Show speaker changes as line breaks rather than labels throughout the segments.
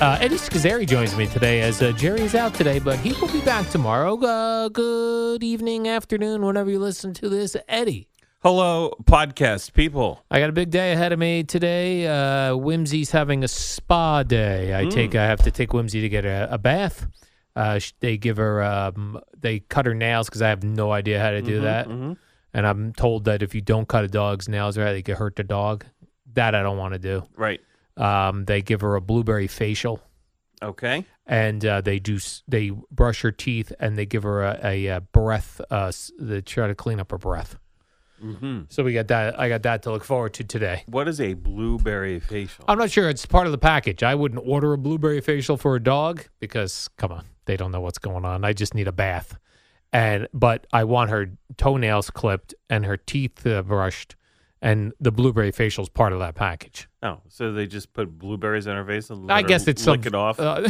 Uh, Eddie Scazzeri joins me today as uh, Jerry is out today, but he will be back tomorrow. Uh, good evening, afternoon, whenever you listen to this. Eddie,
Hello, podcast people.
I got a big day ahead of me today. Uh, Whimsy's having a spa day.
Hmm.
I take I have to take Whimsy to get a, a bath. Uh, sh- they give her um, they cut her nails because I have no idea how to
Mm-hmm,
do that. And I'm told that if you don't cut a dog's nails, right, they could hurt the dog. That I don't want to do.
Right.
Um, they give her a blueberry facial,
Okay.
and uh, they do s- they brush her teeth, and they give her a, a, uh breath. Uh, s- they try to clean up her breath. So we got that. I got that to look forward to today.
What is a blueberry facial?
I'm not sure it's part of the package. I wouldn't order a blueberry facial for a dog because come on, they don't know what's going on. I just need a bath. And but I want her toenails clipped and her teeth uh, brushed and the blueberry facial's part of that package.
oh, so they just put blueberries on her face and let
I
her
guess it's
lick
some,
it off.
uh,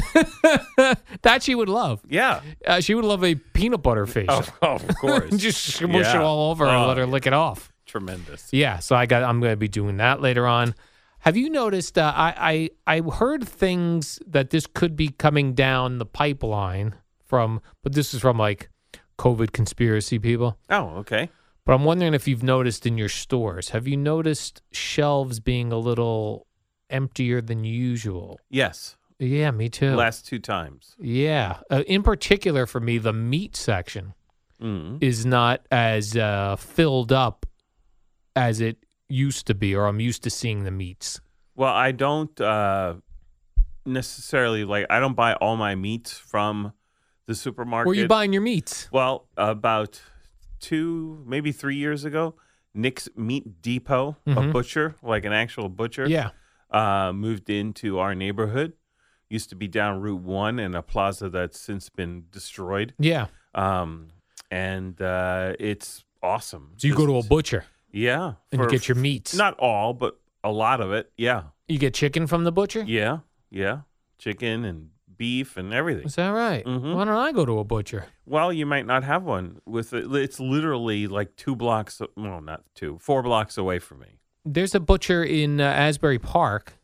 that she would love.
yeah.
Uh, she would love a peanut butter facial.
Oh, oh, of course.
just smush it
Yeah.
all over and
Oh,
let her lick it off.
tremendous.
Yeah, so I got I'm going to be doing that later on. Have you noticed? Uh, I, I I heard things that this could be coming down the pipeline from, but this is from like COVID conspiracy people.
Oh, okay.
But I'm wondering if you've noticed in your stores, have you noticed shelves being a little emptier than usual?
Yes.
Yeah, me too.
Last two times.
yeah, uh, in particular for me, the meat section
Mm.
is not as uh, filled up as it used to be, or I'm used to seeing the meats.
Well, I don't uh, necessarily like. I don't buy all my meats from the supermarket.
Were you buying your meats?
Well, about two, maybe three years ago, Nick's Meat Depot, a
Mhm.
butcher, like an actual butcher.
Yeah.
uh, moved into our neighborhood. Used to be down Route One in a plaza that's since been destroyed.
Yeah.
Um, and uh, it's awesome.
So you go to a
Just-
butcher
yeah,
and you get your meats.
not all, but a lot of it. Yeah,
you get chicken from the butcher?
yeah, yeah. Chicken and beef and everything.
Is that right?
Mhm.
Why don't I go to a butcher?
Well, you might not have one with it. It's literally like two blocks. Well, not two, four blocks away from me.
There's a butcher in uh, Asbury Park.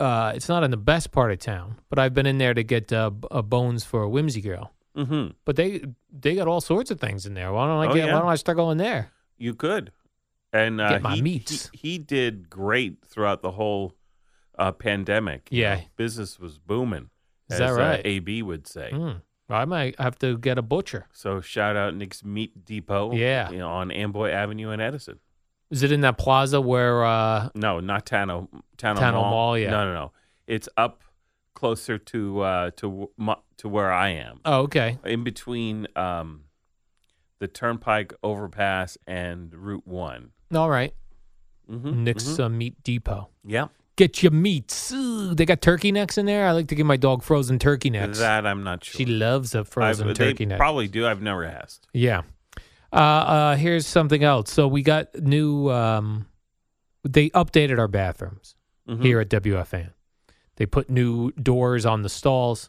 Uh, it's not in the best part of town, but I've been in there to get uh, b- uh, bones for a whimsy girl.
Mm-hmm.
But they they got all sorts of things in there. Why don't I
Oh,
get?
yeah.
Why don't I start going there?
You could. And uh,
Get my
he,
meats.
He, he did great throughout the whole uh, pandemic. You
Yeah.
know, business was booming.
Is that
as, uh,
right?
AB would say.
Hmm. I might have to get a butcher.
So shout out Nick's Meat Depot.
Yeah.
you know, on Amboy Avenue in Edison.
Is it in that plaza where? Uh,
No, not Tano Tano,
Tano Mall, yeah.
No, no, no. It's up closer to uh, to w- mu- to where I am.
oh, okay.
in between um, the Turnpike overpass and Route One.
All right.
Mm-hmm.
Nick's uh, Meat Depot.
Yep.
get your meats. Ooh, they got turkey necks in there. I like to give my dog frozen turkey necks.
That I'm not sure.
she loves a
I've-
frozen
they
turkey neck.
Probably do. I've never asked.
yeah. Uh, uh, here's something else. So we got new. Um, they updated our bathrooms
Mhm.
here at WFAN. They put new doors on the stalls.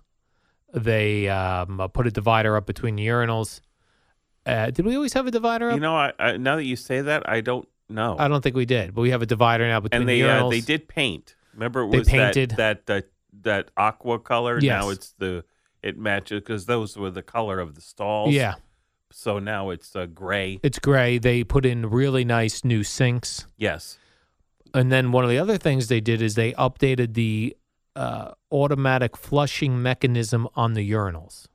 They um, uh, put a divider up between the urinals. Uh, did we always have a divider up?
You know, I, I now that you say that, I don't know.
I don't think we did, but we have a divider now between
and they
the urinals.
uh, they did paint. Remember, it
They
was that-
painted.
that that that aqua color. Now
Yes.
it's the it matches because those were the color of the stalls.
Yeah,
So now it's uh, gray.
it's gray. They put in really nice new sinks.
Yes.
And then one of the other things they did is they updated the uh, automatic flushing mechanism on the urinals.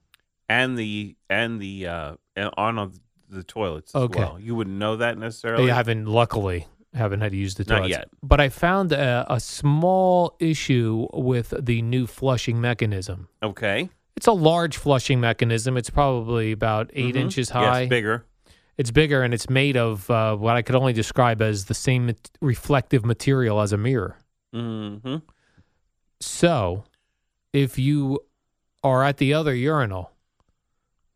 and the and the uh and on of the toilets as
Okay.
well. You wouldn't know that
I
necessarily.
Eh, haven't, luckily, haven't had to use the
Not
toilets
yet.
But I found a, a small issue with the new flushing mechanism.
Okay.
It's a large flushing mechanism. It's probably about 8
Mhm.
inches
Yes,
high.
bigger.
It's bigger and it's made of uh, what I could only describe as the same mat- reflective material as a mirror.
Mm-hmm.
So, if you are at the other urinal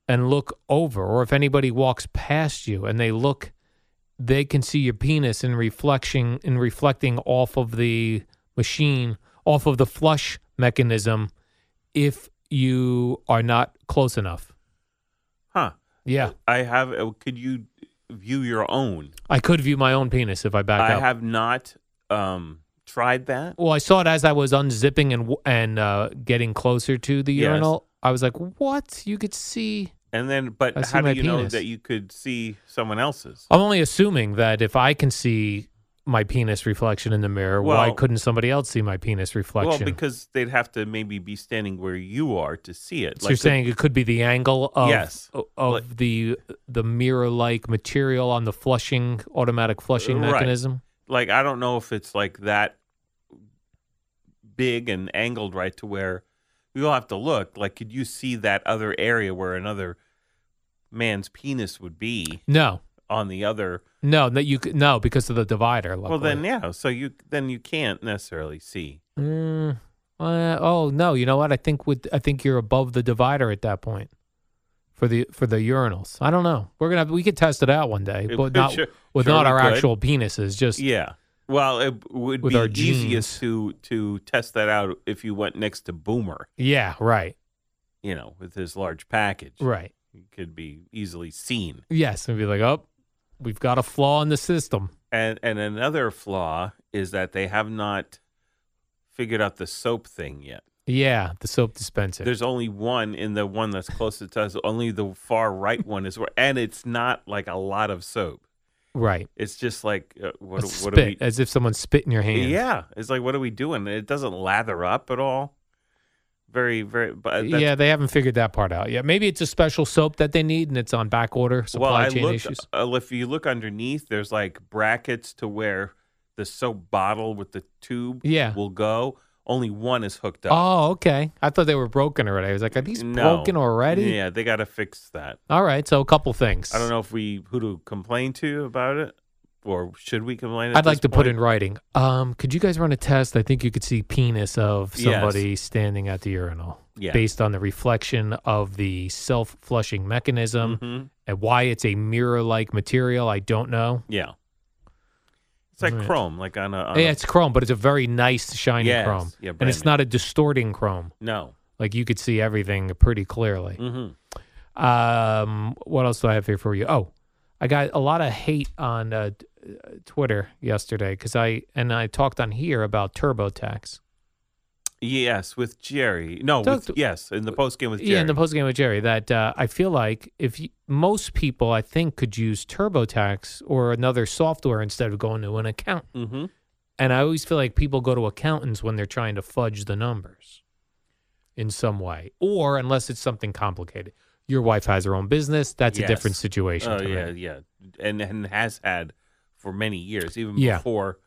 and look over, or if anybody walks past you and they look, they can see your penis in reflection in reflecting off of the machine, off of the flush mechanism, if you are not close enough.
Huh.
Yeah,
I have. uh, Could you view your own?
I could view my own penis if I back
I
up.
have not um tried that.
well, I saw it as I was unzipping and w- and uh, getting closer to the
Yes.
urinal. I was like, "What? You could see."
And then, but
I see
how do
my
you know
penis.
that you could see someone else's?
I'm only assuming that if I can see my penis reflection in the mirror, why
Well-
couldn't somebody else see my penis reflection?
Well, because they'd have to maybe be standing where you are to see it.
so you're
the-
saying it could be the angle of
Yes.
o- of
Like-
the the mirror like material on the flushing automatic flushing
Right.
mechanism.
like I don't know if it's like that big and angled right to where you'll have to look. Like, could you see that other area where another man's penis would be
No,
on the other?
no, that you could, no because of the divider.
Well, then
luckily.
yeah. So you then you can't necessarily see.
Mm, uh, oh no, you know what? I think with I think you're above the divider at that point. For the for the urinals, I don't know. We're gonna have, we could test it out one day,
It-
but not
sure-
with
sure
not
we
our
could.
actual penises. Just
Yeah. Well, it would
With
be
our
easiest to to test that out if you went next to Boomer,
Yeah, right.
you know, with his large package.
Right.
It could be easily seen.
Yes. And be like, oh, we've got a flaw in the system.
And and another flaw is that they have not figured out the soap thing yet.
Yeah, the soap dispenser.
There's only one in the one that's closest to us. Only the far right one is where, and it's not like a lot of soap.
right.
It's just like uh,
What,
what, what
spit,
are
as if someone spit in your
we?
hand.
Yeah, it's like what are we doing? It doesn't lather up at all. Very very. But that's,
yeah, they haven't figured that part out yet. Maybe it's a special soap that they need and it's on back order, supply
well, I
chain
looked,
issues.
Uh, if you look underneath, there's like brackets to where the soap bottle with the tube
Yeah.
will go. Only one is hooked up.
Oh, okay. I thought they were broken already. I was like, are these
No.
broken already?
Yeah, they got to fix that.
All right. So a couple things.
I don't know if we who to complain to about it, or should we complain? At
I'd like
this
to put in
point?
writing. Um, could you guys run a test? I think you could see penis of
Yes.
somebody standing at the urinal
Yeah.
based on the reflection of the self-flushing mechanism
Mhm.
and why it's a mirror-like material. I don't know.
Yeah, it's like
All right.
chrome, like on a, on
Yeah,
a-
it's chrome, but it's a very nice shiny
Uh-huh. Yes.
chrome,
Yeah,
and
brand
it's
new.
not a distorting chrome.
no.
Like you could see everything pretty clearly.
hmm
Um, what else do I have here for you? Oh, I got a lot of hate on uh, t- uh, Twitter yesterday because I and I talked on here about TurboTax.
Yes, with Jerry. No,
Talk
with,
to-
yes, in the post game with Jerry.
Yeah, in the post game with Jerry, that uh, I feel like if you, most people, I think, could use TurboTax or another software instead of going to an accountant.
hmm
And I always feel like people go to accountants when they're trying to fudge the numbers in some way, or unless it's something complicated. Your wife has her own business. That's a different
Yes.
situation.
Oh
to me.
yeah, yeah, and and has had for many years, even
Yeah.
before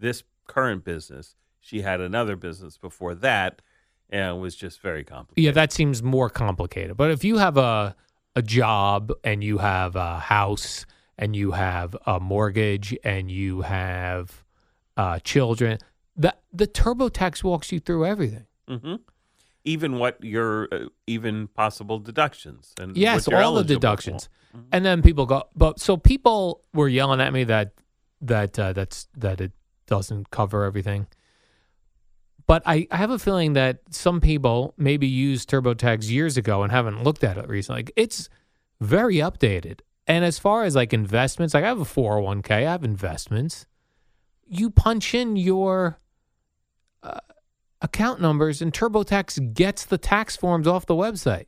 this current business. She had another business before that, and it was just very complicated.
Yeah, that seems more complicated. But if you have a a job and you have a house and you have a mortgage and you have uh, children, the the TurboTax walks you through everything.
hmm Even what your uh, even possible deductions and
Yes,
what you're
all the
eligible for. Mm-hmm.
deductions. And then people go, but so people were yelling at me that that uh, that's that it doesn't cover everything. But I, I have a feeling that some people maybe used TurboTax years ago and haven't looked at it recently. Like, it's very updated. And as far as like investments, like I have a 401k, I have investments. You punch in your uh, account numbers and TurboTax gets the tax forms off the website.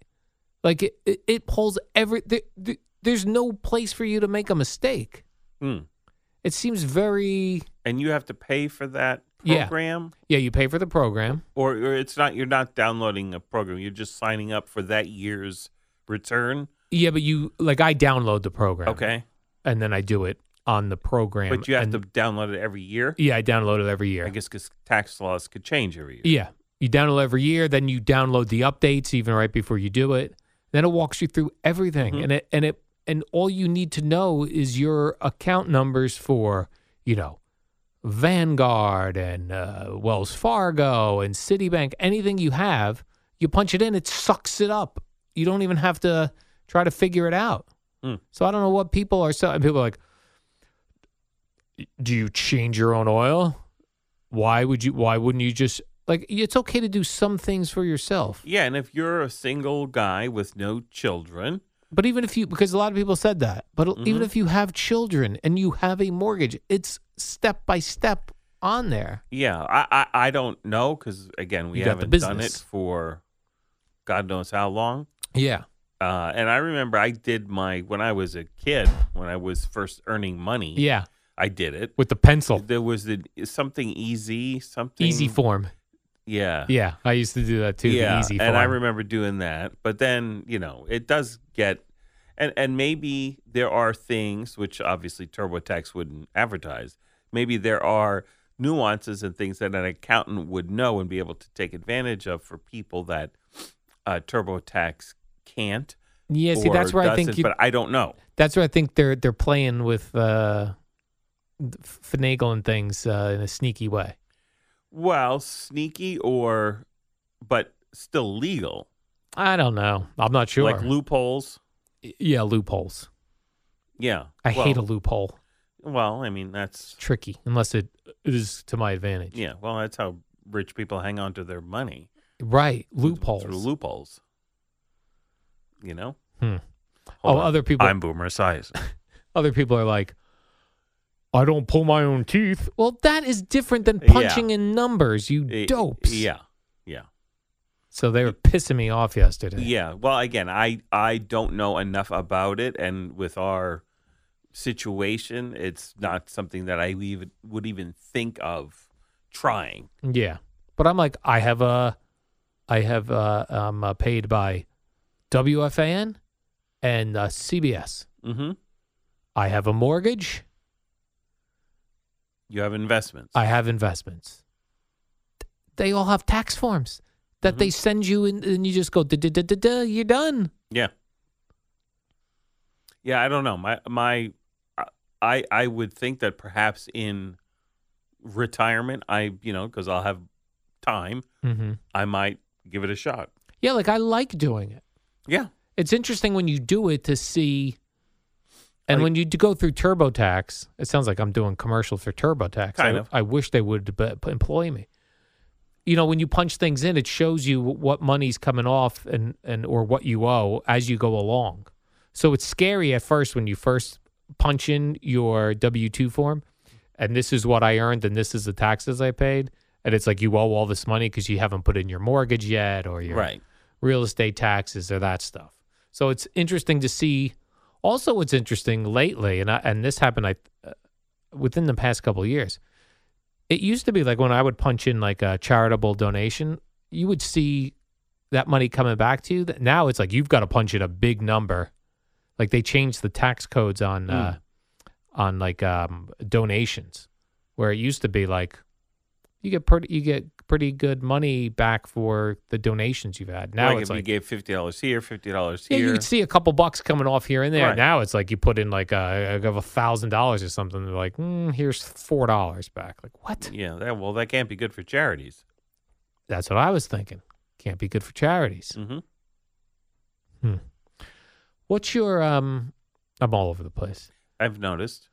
Like it, it, it pulls every, there, there, there's no place for you to make a mistake.
Mm.
It seems very,
And you have to pay for that
Yeah.
program,
yeah, you pay for the program.
or, or it's not. You're not downloading a program. You're just signing up for that year's return.
Yeah, but you like I download the program.
Okay,
And then I do it on the program.
but you have
and-
to download it every year.
Yeah, I download it every year.
I guess because tax laws could change every year.
Yeah. You download every year, then you download the updates even right before you do it. Then it walks you through everything. And it and it and all you need to know is your account numbers for, you know, Vanguard and uh, Wells Fargo and Citibank, anything you have, you punch it in, it sucks it up. You don't even have to try to figure it out.
Hmm.
So I don't know what people are selling. People are like, do you change your own oil? Why would you? Why wouldn't you just like? It's okay to do some things for yourself.
Yeah, and if you're a single guy with no children,
But even if you, because a lot of people said that, but even
Mhm.
if you have children and you have a mortgage, it's step by step on there.
yeah, I I, I don't know because again we
You got the
haven't done it
business.
for God knows how long.
Yeah.
Uh, and I remember I did my when I was a kid when I was first earning money.
Yeah.
I did it.
With the pencil,
There was the something easy, something
easy form.
Yeah,
Yeah, I used to do that too. the
yeah.
easy form.
and I remember doing that. But then you know it does get, and and maybe there are things which obviously TurboTax wouldn't advertise. Maybe there are nuances and things that an accountant would know and be able to take advantage of for people that uh, TurboTax can't.
Yeah, see, that's
or
where I think
doesn't,
you,
but I don't know.
that's where I think they're they're playing with uh, finagling things uh, in a sneaky way.
Well, sneaky or, but still legal,
I don't know. I'm not sure.
like loopholes.
yeah, loopholes.
Yeah,
I hate a
Well,
loophole.
Well, I mean that's
It's tricky unless it, it is to my advantage.
yeah. Well, that's how rich people hang on to their money
Right.
through-
Loopholes.
through loopholes. You know.
Hmm.
Hold
Oh,
on.
other people-
I'm Boomer Esiason.
Other people are like, I don't pull my own teeth. Well, that is different than punching in numbers, you
Eh,
dopes.
Yeah, yeah,
So they were pissing me off yesterday.
yeah. Well, again, I I don't know enough about it, and with our situation, it's not something that I even would even think of trying.
Yeah. But I'm like, I have a, I have a, um, uh, paid by WFAN and uh, CBS.
Mm-hmm.
I have a mortgage.
You have investments.
I have investments. They all have tax forms that they send you, and, and you just go, duh, duh, duh, duh, duh, you're done.
yeah. Yeah, I don't know. My my, I I would think that perhaps in retirement, I you know because I'll have time,
Mm-hmm.
I might give it a shot.
Yeah, like I like doing it.
Yeah.
It's interesting when you do it to see, and
Like-
when you d- go through TurboTax, it sounds like I'm doing commercials for TurboTax.
Kind
I,
of.
I wish they would b- employ me. You know, when you punch things in, it shows you wh- what money's coming off and, and or what you owe as you go along. So it's scary at first when you first punch in your W two form, and this is what I earned, and this is the taxes I paid, and it's like you owe all this money because you haven't put in your mortgage yet or your
Right.
real estate taxes or that stuff. So it's interesting to see. Also, what's interesting lately, and I, and this happened I, uh, within the past couple of years, it used to be like when I would punch in like a charitable donation, you would see that money coming back to you. That now it's like you've got to punch in a big number. Like they changed the tax codes on uh,
Mm.
on like um, donations, where it used to be like you get pretty you get pretty good money back for the donations you've had. Now
like
it's
if you
like
gave fifty dollars here, fifty dollars
yeah, you
here.
could see a couple bucks coming off here and there.
Right.
Now it's like you put in like a, a thousand dollars or something. They're like, mm, here's four dollars back. Like what?
yeah. That, well, that can't be good for charities.
That's what I was thinking. Can't be good for charities.
Mm-hmm.
What's your um? I'm all over the place.
I've noticed.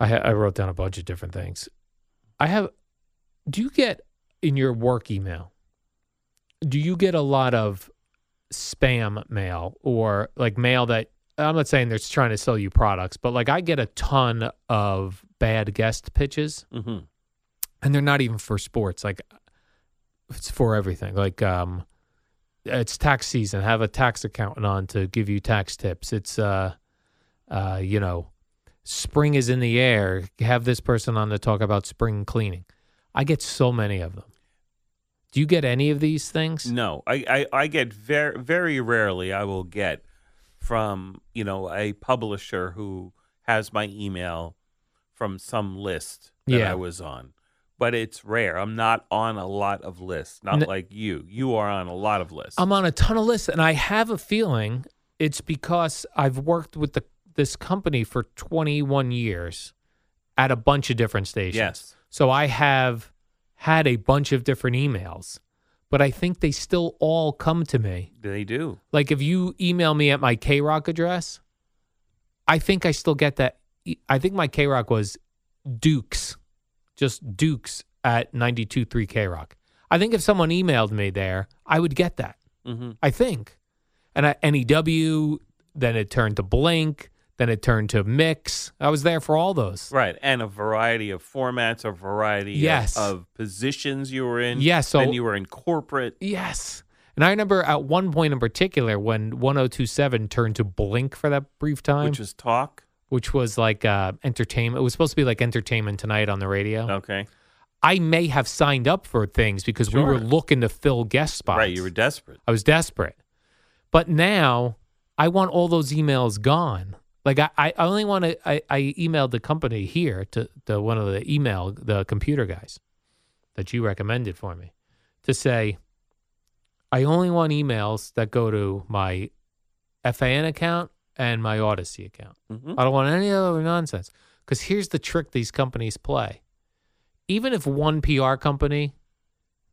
I ha- I wrote down a bunch of different things. I have. Do you get in your work email, do you get a lot of spam mail or like mail that I'm not saying they're trying to sell you products, but like I get a ton of bad guest pitches
hmm
and they're not even for sports. Like it's for everything. Like um it's tax season. Have a tax accountant on to give you tax tips. It's uh uh you know, spring is in the air. Have this person on to talk about spring cleaning. I get so many of them. Do you get any of these things?
No, I, I, I get very very rarely I will get from you know a publisher who has my email from some list that
Yeah.
I was on, but it's rare. I'm not on a lot of lists, not
N-
like you. You are on a lot of lists.
I'm on a ton of lists, and I have a feeling it's because I've worked with the this company for 21 years at a bunch of different stations.
yes,
So I have had a bunch of different emails, but I think they still all come to me.
they do.
Like if you email me at my K Rock address, I think I still get that. e- I think my K Rock was Dukes, just Dukes at 92.3 K Rock. I think if someone emailed me there, I would get that.
hmm
I think. And I, NEW, then it turned to Blink, then it turned to Mix. I was there for all those.
Right, and a variety of formats, a variety of-
Yes.
of, positions you were in.
Yeah, so-
then you were in corporate.
Yes. And I remember at one point in particular when 1027 turned to Blink for that brief time,
Which was talk.
which was like uh, entertainment. It was supposed to be like entertainment tonight on the radio.
Okay.
I may have signed up for things because we were
Sure.
looking to fill guest spots.
Right. You were desperate.
I was desperate. But now I want all those emails gone. Like I, I only want to I, I emailed the company here to the one of the email the computer guys that you recommended for me to say I only want emails that go to my FAN account and my Odyssey account.
hmm
I don't want any other nonsense. Because here's the trick these companies play. Even if one PR company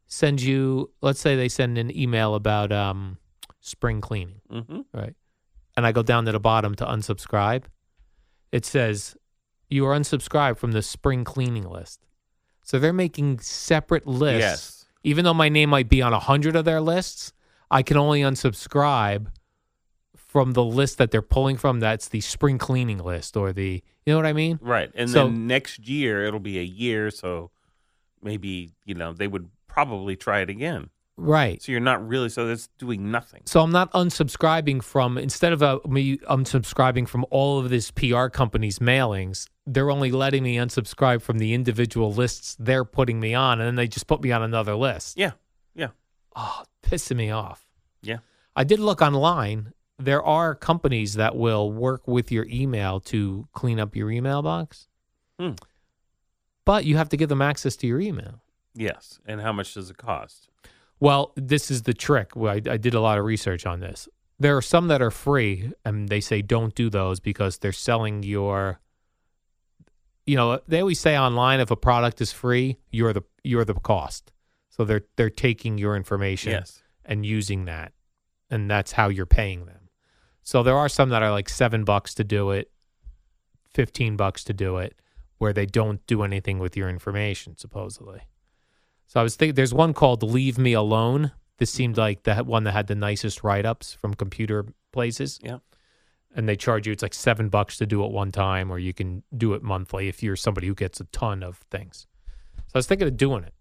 sends you, let's say they send an email about um, spring cleaning,
hmm
right? And I go down to the bottom to unsubscribe, it says you are unsubscribed from the spring cleaning list. So they're making separate lists.
Yes.
Even though my name might be on a hundred of their lists, I can only unsubscribe from the list that they're pulling from. That's the spring cleaning list or the, you know what I mean?
Right. And
So-
then next year it'll be a year, so maybe, you know, they would probably try it again.
Right.
So you're not really so that's doing nothing.
So I'm not unsubscribing from instead of uh, me unsubscribing from all of this PR company's mailings. They're only letting me unsubscribe from the individual lists they're putting me on, and then they just put me on another list.
Yeah. Yeah.
Oh, pissing me off.
Yeah.
I did look online. There are companies that will work with your email to clean up your email box,
Hmm.
but you have to give them access to your email.
Yes. And how much does it cost?
Well, this is the trick. Well, I, I did a lot of research on this. There are some that are free, and they say don't do those because they're selling your. You know, they always say online if a product is free, you're the you're the cost. So they're they're taking your information
Yes.
and using that, and that's how you're paying them. So there are some that are like seven bucks to do it, fifteen bucks to do it, where they don't do anything with your information supposedly. So I was thinking, there's one called "Leave Me Alone." This seemed like the one that had the nicest write-ups from computer places.
Yeah.
and they charge you it's like seven bucks to do it one time, or you can do it monthly if you're somebody who gets a ton of things. So I was thinking of doing it,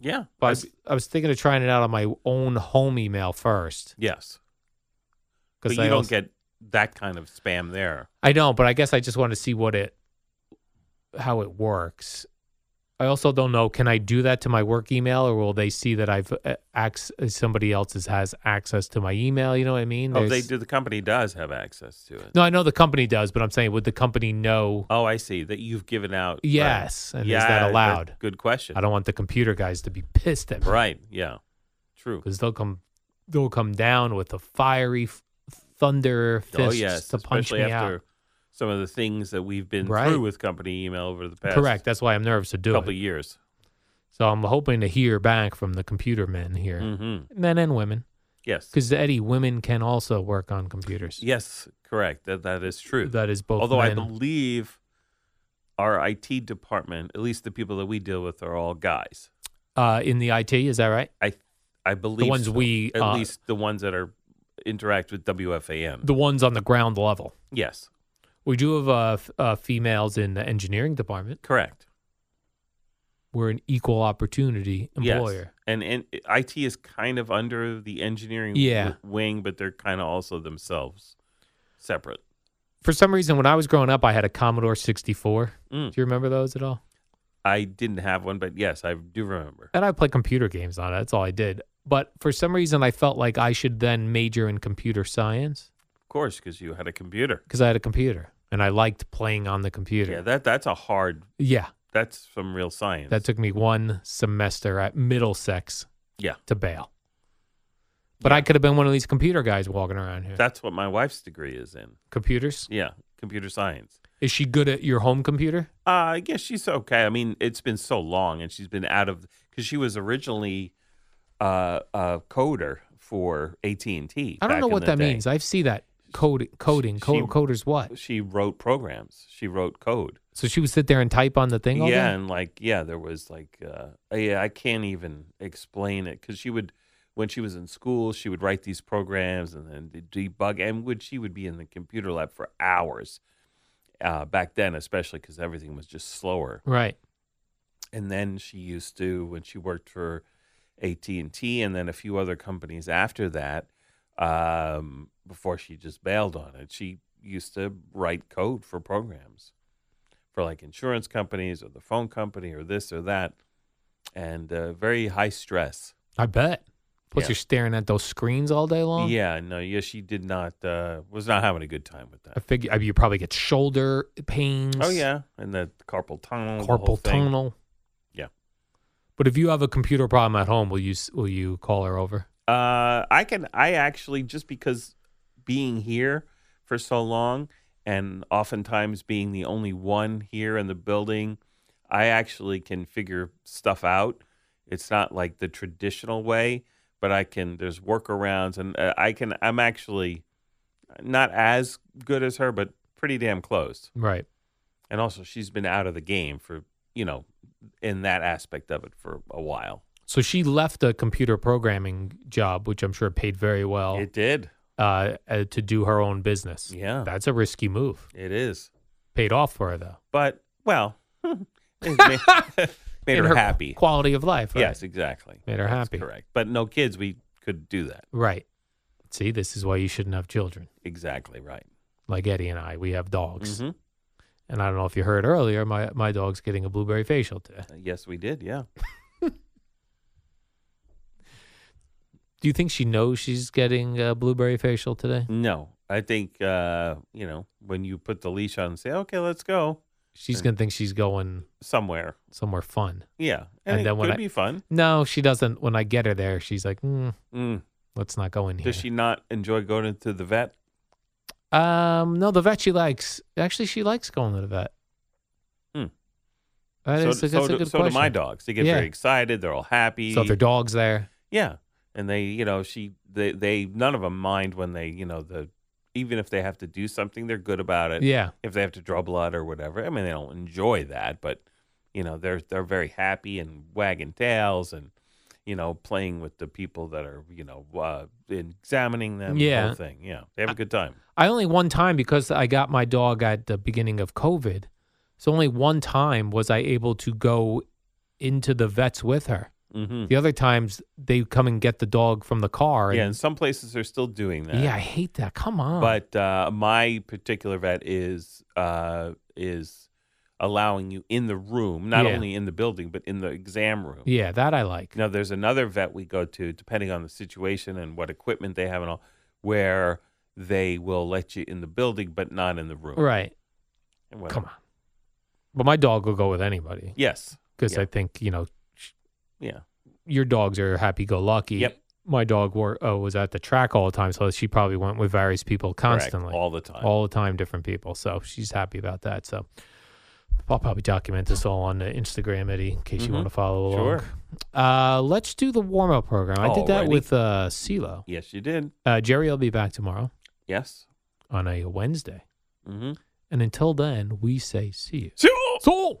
Yeah.
but I
I'd
was,
be-
I was thinking of trying it out on my own home email first
yes. But
because
you
I
don't
also-
get that kind of spam there.
I know, but I guess I just want to see what it how it works. I also don't know. Can I do that to my work email, or will they see that I've uh, acc- somebody else's has access to my email? You know what I mean?
Oh, they
There's-
do the company does have access to it.
No, I know the company does, but I'm saying would the company know?
Oh, I see. That you've given out. right.
Yes, and is
Yeah,
that
good-
allowed?
Good question.
I don't want the computer guys to be pissed at me
Right. Yeah. True.
because they'll come they'll come down with a fiery f- thunder fist
Oh yes,
to punch me
especially after
out.
some of the things that we've been
Right.
through with company email over the past
Correct. That's why I'm nervous to do
couple
it.
years.
So I'm hoping to hear back from the computer men here.
hmm
men and women
Yes.
because eddie women can also work on computers
Yes, correct. That that is true.
that is both
Although I
men-
believe our IT department, at least the people that we deal with, are all guys.
uh, in the IT. Is that right?
I I believe
ones
so.
we,
at
uh,
least the ones that are interact with WFAN.
The ones on the ground level.
yes,
We do have uh, f- uh, females in the engineering department.
correct.
We're an equal opportunity
Yes.
employer.
And and IT is kind of under the engineering
Yeah.
w- wing, but they're kind of also themselves separate.
For some reason, when I was growing up, I had a Commodore 64.
Mm.
Do you remember those at all?
I didn't have one, but yes, I do remember.
And I played computer games on it. That's all I did. But for some reason, I felt like I should then major in computer science
Of course, because you had a computer.
because I had a computer and I liked playing on the computer.
Yeah, that that's a hard.
yeah.
That's some real science.
That took me one semester at Middlesex
yeah.
to bail. But I could have been one of these computer guys walking around here.
That's what my wife's degree is in.
Computers?
Yeah, computer science.
Is she good at your home computer?
Uh, yeah, she's okay. I mean, it's been so long, and she's been out of because she was originally uh, a coder for AT and T.
I don't know what that means. I see that coding, coding,
she-
co- coders. What?
She wrote programs. She wrote code.
So she would sit there and type on the thing. All
yeah,
day?
and like yeah, there was like uh, yeah, I can't even explain it because she would when she was in school, she would write these programs and then debug, and would she would be in the computer lab for hours. Uh, back then, especially because everything was just slower.
right.
and then she used to when she worked for AT&T and then a few other companies after that um, before she just bailed on it she used to write code for programs for like insurance companies or the phone company or this or that and uh, very high stress
I bet. Plus,
Yeah.
you're staring at those screens all day long.
yeah no yeah she did not uh, was not having a good time with
I
that
figure I mean, you probably get shoulder pains.
oh yeah and the carpal tunnel the whole
Carpal
thing.
tunnel.
Yeah.
But if you have a computer problem at home, will you s- will you call her over?
Uh, I can. I actually just because being here for so long and oftentimes being the only one here in the building, I actually can figure stuff out. It's not like the traditional way, but I can. There's workarounds, and uh, I can. I'm actually not as good as her, but pretty damn close.
Right.
And also, she's been out of the game for you know in that aspect of it for a while.
So she left a computer programming job, which I'm sure paid very well,
It did.
uh, uh, to do her own business.
Yeah.
That's a risky move.
It is.
Paid off for her though.
but well, it made, made
And
her happy.
Quality of life. Right?
Yes, exactly.
Made her
That's
happy.
Correct. But no kids, we could do that.
Right. See, this is why you shouldn't have children.
Exactly right.
Like Eddie and I, we have dogs.
Mhm.
And I don't know if you heard earlier, my, my dog's getting a blueberry facial today.
Uh, Yes, we did. Yeah.
Do you think she knows she's getting a blueberry facial today?
No, I think uh, you know when you put the leash on and say, "Okay, let's go
She's
Hmm.
going to think she's going
somewhere."
somewhere fun.
Yeah,
And
and, it
then when
could
I-
be fun.
No, she doesn't. When I get her there, she's like, mm,
Mm.
let's not go in here.
Does she not enjoy going to the vet?
Um, no, the vet she likes. Actually, she likes going to the vet.
Hmm.
That
so
is- that's
so
a
do,
good
so
question.
do my dogs. They get
Yeah.
very excited. They're all happy.
So if their dog's there,
Yeah, and they, you know, she, they, they, none of them mind when they, you know, the, even if they have to do something, they're good about it.
yeah,
If they have to draw blood or whatever, I mean, they don't enjoy that, but you know, they're they're very happy and wagging tails and you know playing with the people that are you know uh, examining them. the
Yeah.
whole thing. Yeah, they have a good time.
I only one time because I got my dog at the beginning of COVID. So only one time was I able to go into the vets with her.
hmm
The other times they come and get the dog from the car.
Yeah,
And,
and some places are still doing that.
yeah, I hate that. Come on.
but uh, my particular vet is uh, is allowing you in the room, not
Yeah.
only in the building but in the exam room.
yeah, that I like.
Now, there's another vet we go to, depending on the situation and what equipment they have and all, where they will let you in the building but not in the room.
Right.
And whatever.
Come on. But my dog will go with anybody
Yes.
because I
Yeah.
think, you know,
Yeah.
your dogs are happy go lucky.
Yep.
My dog wore, uh, was at the track all the time. So she probably went with various people
Correct.
constantly.
All the time.
all the time, different people. So she's happy about that. So I'll probably document this all on uh, Instagram, Eddie, in case you
Mhm.
want to follow along.
Sure.
Uh, let's do the warm up program. I did that
Alrighty.
with uh, CeeLo.
yes, you did.
Uh, Jerry will be back tomorrow
Yes.
on a Wednesday.
Mm-hmm.
And until then, we say see you.
So-
So.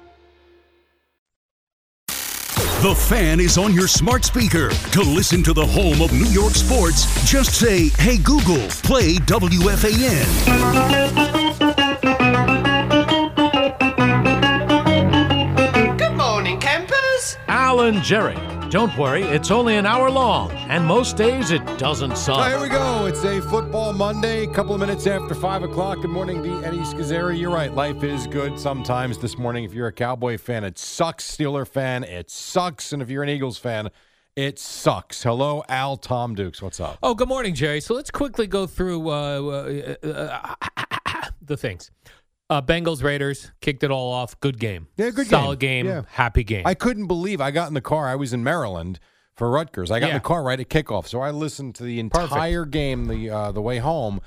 The fan is on your smart speaker. To listen to the home of New York sports, just say, Hey Google, play WFAN.
Alan Jerry. Don't worry, it's only an hour long, and most days it doesn't
All right,
suck.
here we go. It's a football Monday, a couple of minutes after 5 o'clock. Good morning, the Eddie Scazzeri. You're right. Life is good sometimes this morning. If you're a Cowboy fan, it sucks. Steeler fan, it sucks. And if you're an Eagles fan, it sucks. Hello, Al Tom Dukes. What's up?
Oh, good morning, Jerry. So let's quickly go through uh, uh, uh, the things. Uh, Bengals Raiders kicked it all off. Good game.
Yeah, good game.
Solid game.
Yeah.
Happy game.
I couldn't believe I got in the car. I was in Maryland for Rutgers. I got in
Yeah.
the car right at kickoff, so I listened to the entire game the uh, the way home.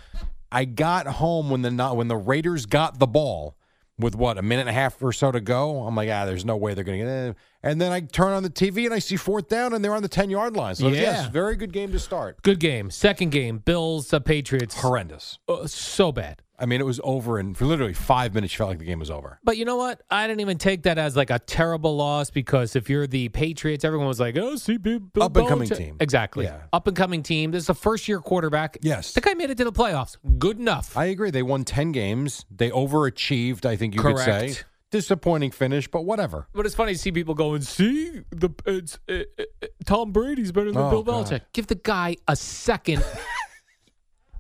I got home when the not when the Raiders got the ball with what a minute and a half or so to go. I'm like, ah, there's no way they're going to get it. And then I turn on the TV and I see fourth down and they're on the ten yard line. So
Yeah.
yes, very good game to start.
good game. Second game. Bills uh, Patriots.
Horrendous.
Uh, so bad.
I mean, it was over in for literally five minutes. You felt like the game was over.
But you know what? I didn't even take that as like a terrible loss because if you're the Patriots, everyone was like, "Oh, see, Bill Bill
Up and coming
Belichick."
team.
Exactly,
Yeah.
up and coming team. This is a first year quarterback.
Yes.
the guy made it to the playoffs. Good enough.
I agree. They won 10 games. They overachieved, I think you could say.
Correct.
Disappointing finish, but whatever.
but it's funny to see people going, "See, the it's uh, uh, uh, Tom Brady's better than
Oh,
Bill
God.
Belichick." Give the guy a second.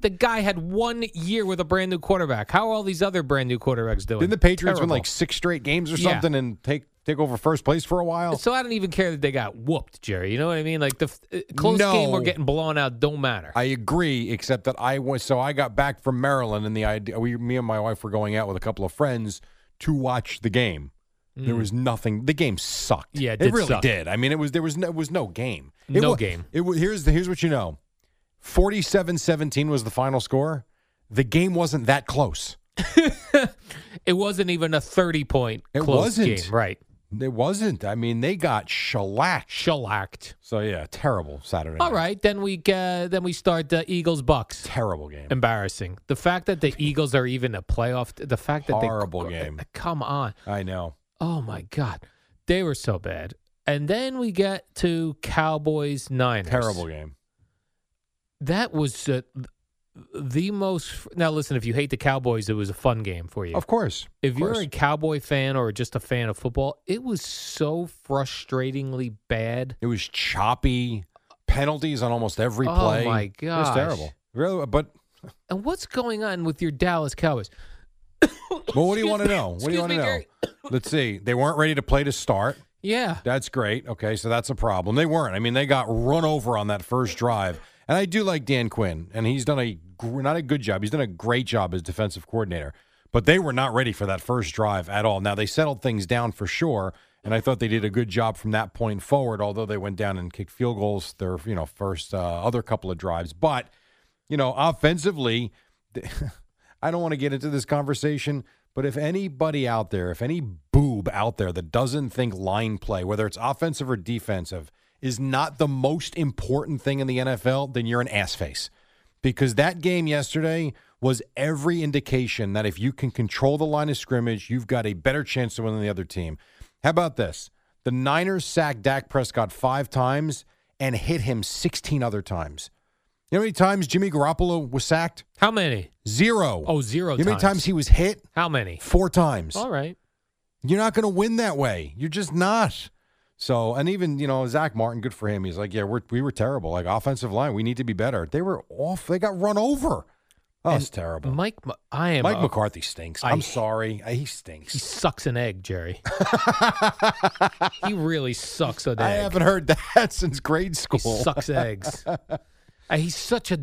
the guy had one year with a brand new quarterback. How are all these other brand new quarterbacks doing?
Didn't the Patriots win
Terrible.
like six straight games or
Yeah.
something and take take over first place for a while?
So I don't even care that they got whooped, Jerry. You know what I mean? Like the f- uh, close game
No.
or getting blown out don't matter.
I agree, except that I was so I got back from Maryland and the idea we me and my wife were going out with a couple of friends to watch the game. There was nothing. The game sucked.
Mm. Yeah, it
it
did
really
suck.
did. I mean, it was there was no, it was no game. It
No
wa-
game.
It wa- here's the, here's what you know. 47-17 was the final score. The game wasn't that close.
It wasn't even a 30 point
It
close
wasn't.
game, right?
It wasn't. I mean, they got shellacked.
Shellacked.
so yeah, terrible Saturday.
All
night.
right, then we uh, then we start the Eagles Bucks.
terrible game.
Embarrassing. The fact that the Eagles are even a playoff. The fact that
Horrible
they uh,
game.
Come on.
I know.
Oh my God, they were so bad. And then we get to Cowboys Niners.
Terrible game.
That was uh, th- the most. Now listen, if you hate the Cowboys, it was a fun game for you.
Of course.
If
Of
you're
course.
a Cowboy fan or just a fan of football, it was so frustratingly bad.
it was choppy penalties on almost every
Oh,
play.
my
It was
gosh.
terrible. Really, but
And what's going on with your Dallas Cowboys?
well, what do you
Excuse
want to
me.
know? What do you
Excuse
want to
me,
know?
Gary.
Let's see. They weren't ready to play to start.
Yeah.
That's great. Okay, so that's a problem. They weren't. I mean, they got run over on that first drive. And I do like Dan Quinn, and he's done a gr- not a good job. He's done a great job as defensive coordinator. But they were not ready for that first drive at all. Now they settled things down for sure, and I thought they did a good job from that point forward. Although they went down and kicked field goals their you know first uh, other couple of drives, but you know offensively, I don't want to get into this conversation, but if anybody out there, if any boob out there that doesn't think line play, whether it's offensive or defensive, is not the most important thing in the NFL, then you're an ass face. Because that game yesterday was every indication that if you can control the line of scrimmage, you've got a better chance to win than the other team. How about this? The Niners sacked Dak Prescott five times and hit him 16 other times. You know how many times Jimmy Garoppolo was sacked?
How many?
Zero.
Oh, zero
You know how many
times.
times he was hit?
How many?
Four times.
All right.
You're not going to win that way. You're just not. So, and even you know Zach Martin, good for him. He's like, yeah, we're, we were terrible. Like offensive line, we need to be better. They were off. They got run over. Oh, it's terrible. Mike,
Mike, Ma- I am. a-
McCarthy stinks.
I-
I'm sorry, I- he stinks.
He sucks an egg, Jerry. he really sucks an egg.
I haven't heard that since grade
he
school.
sucks eggs. Uh, He's such a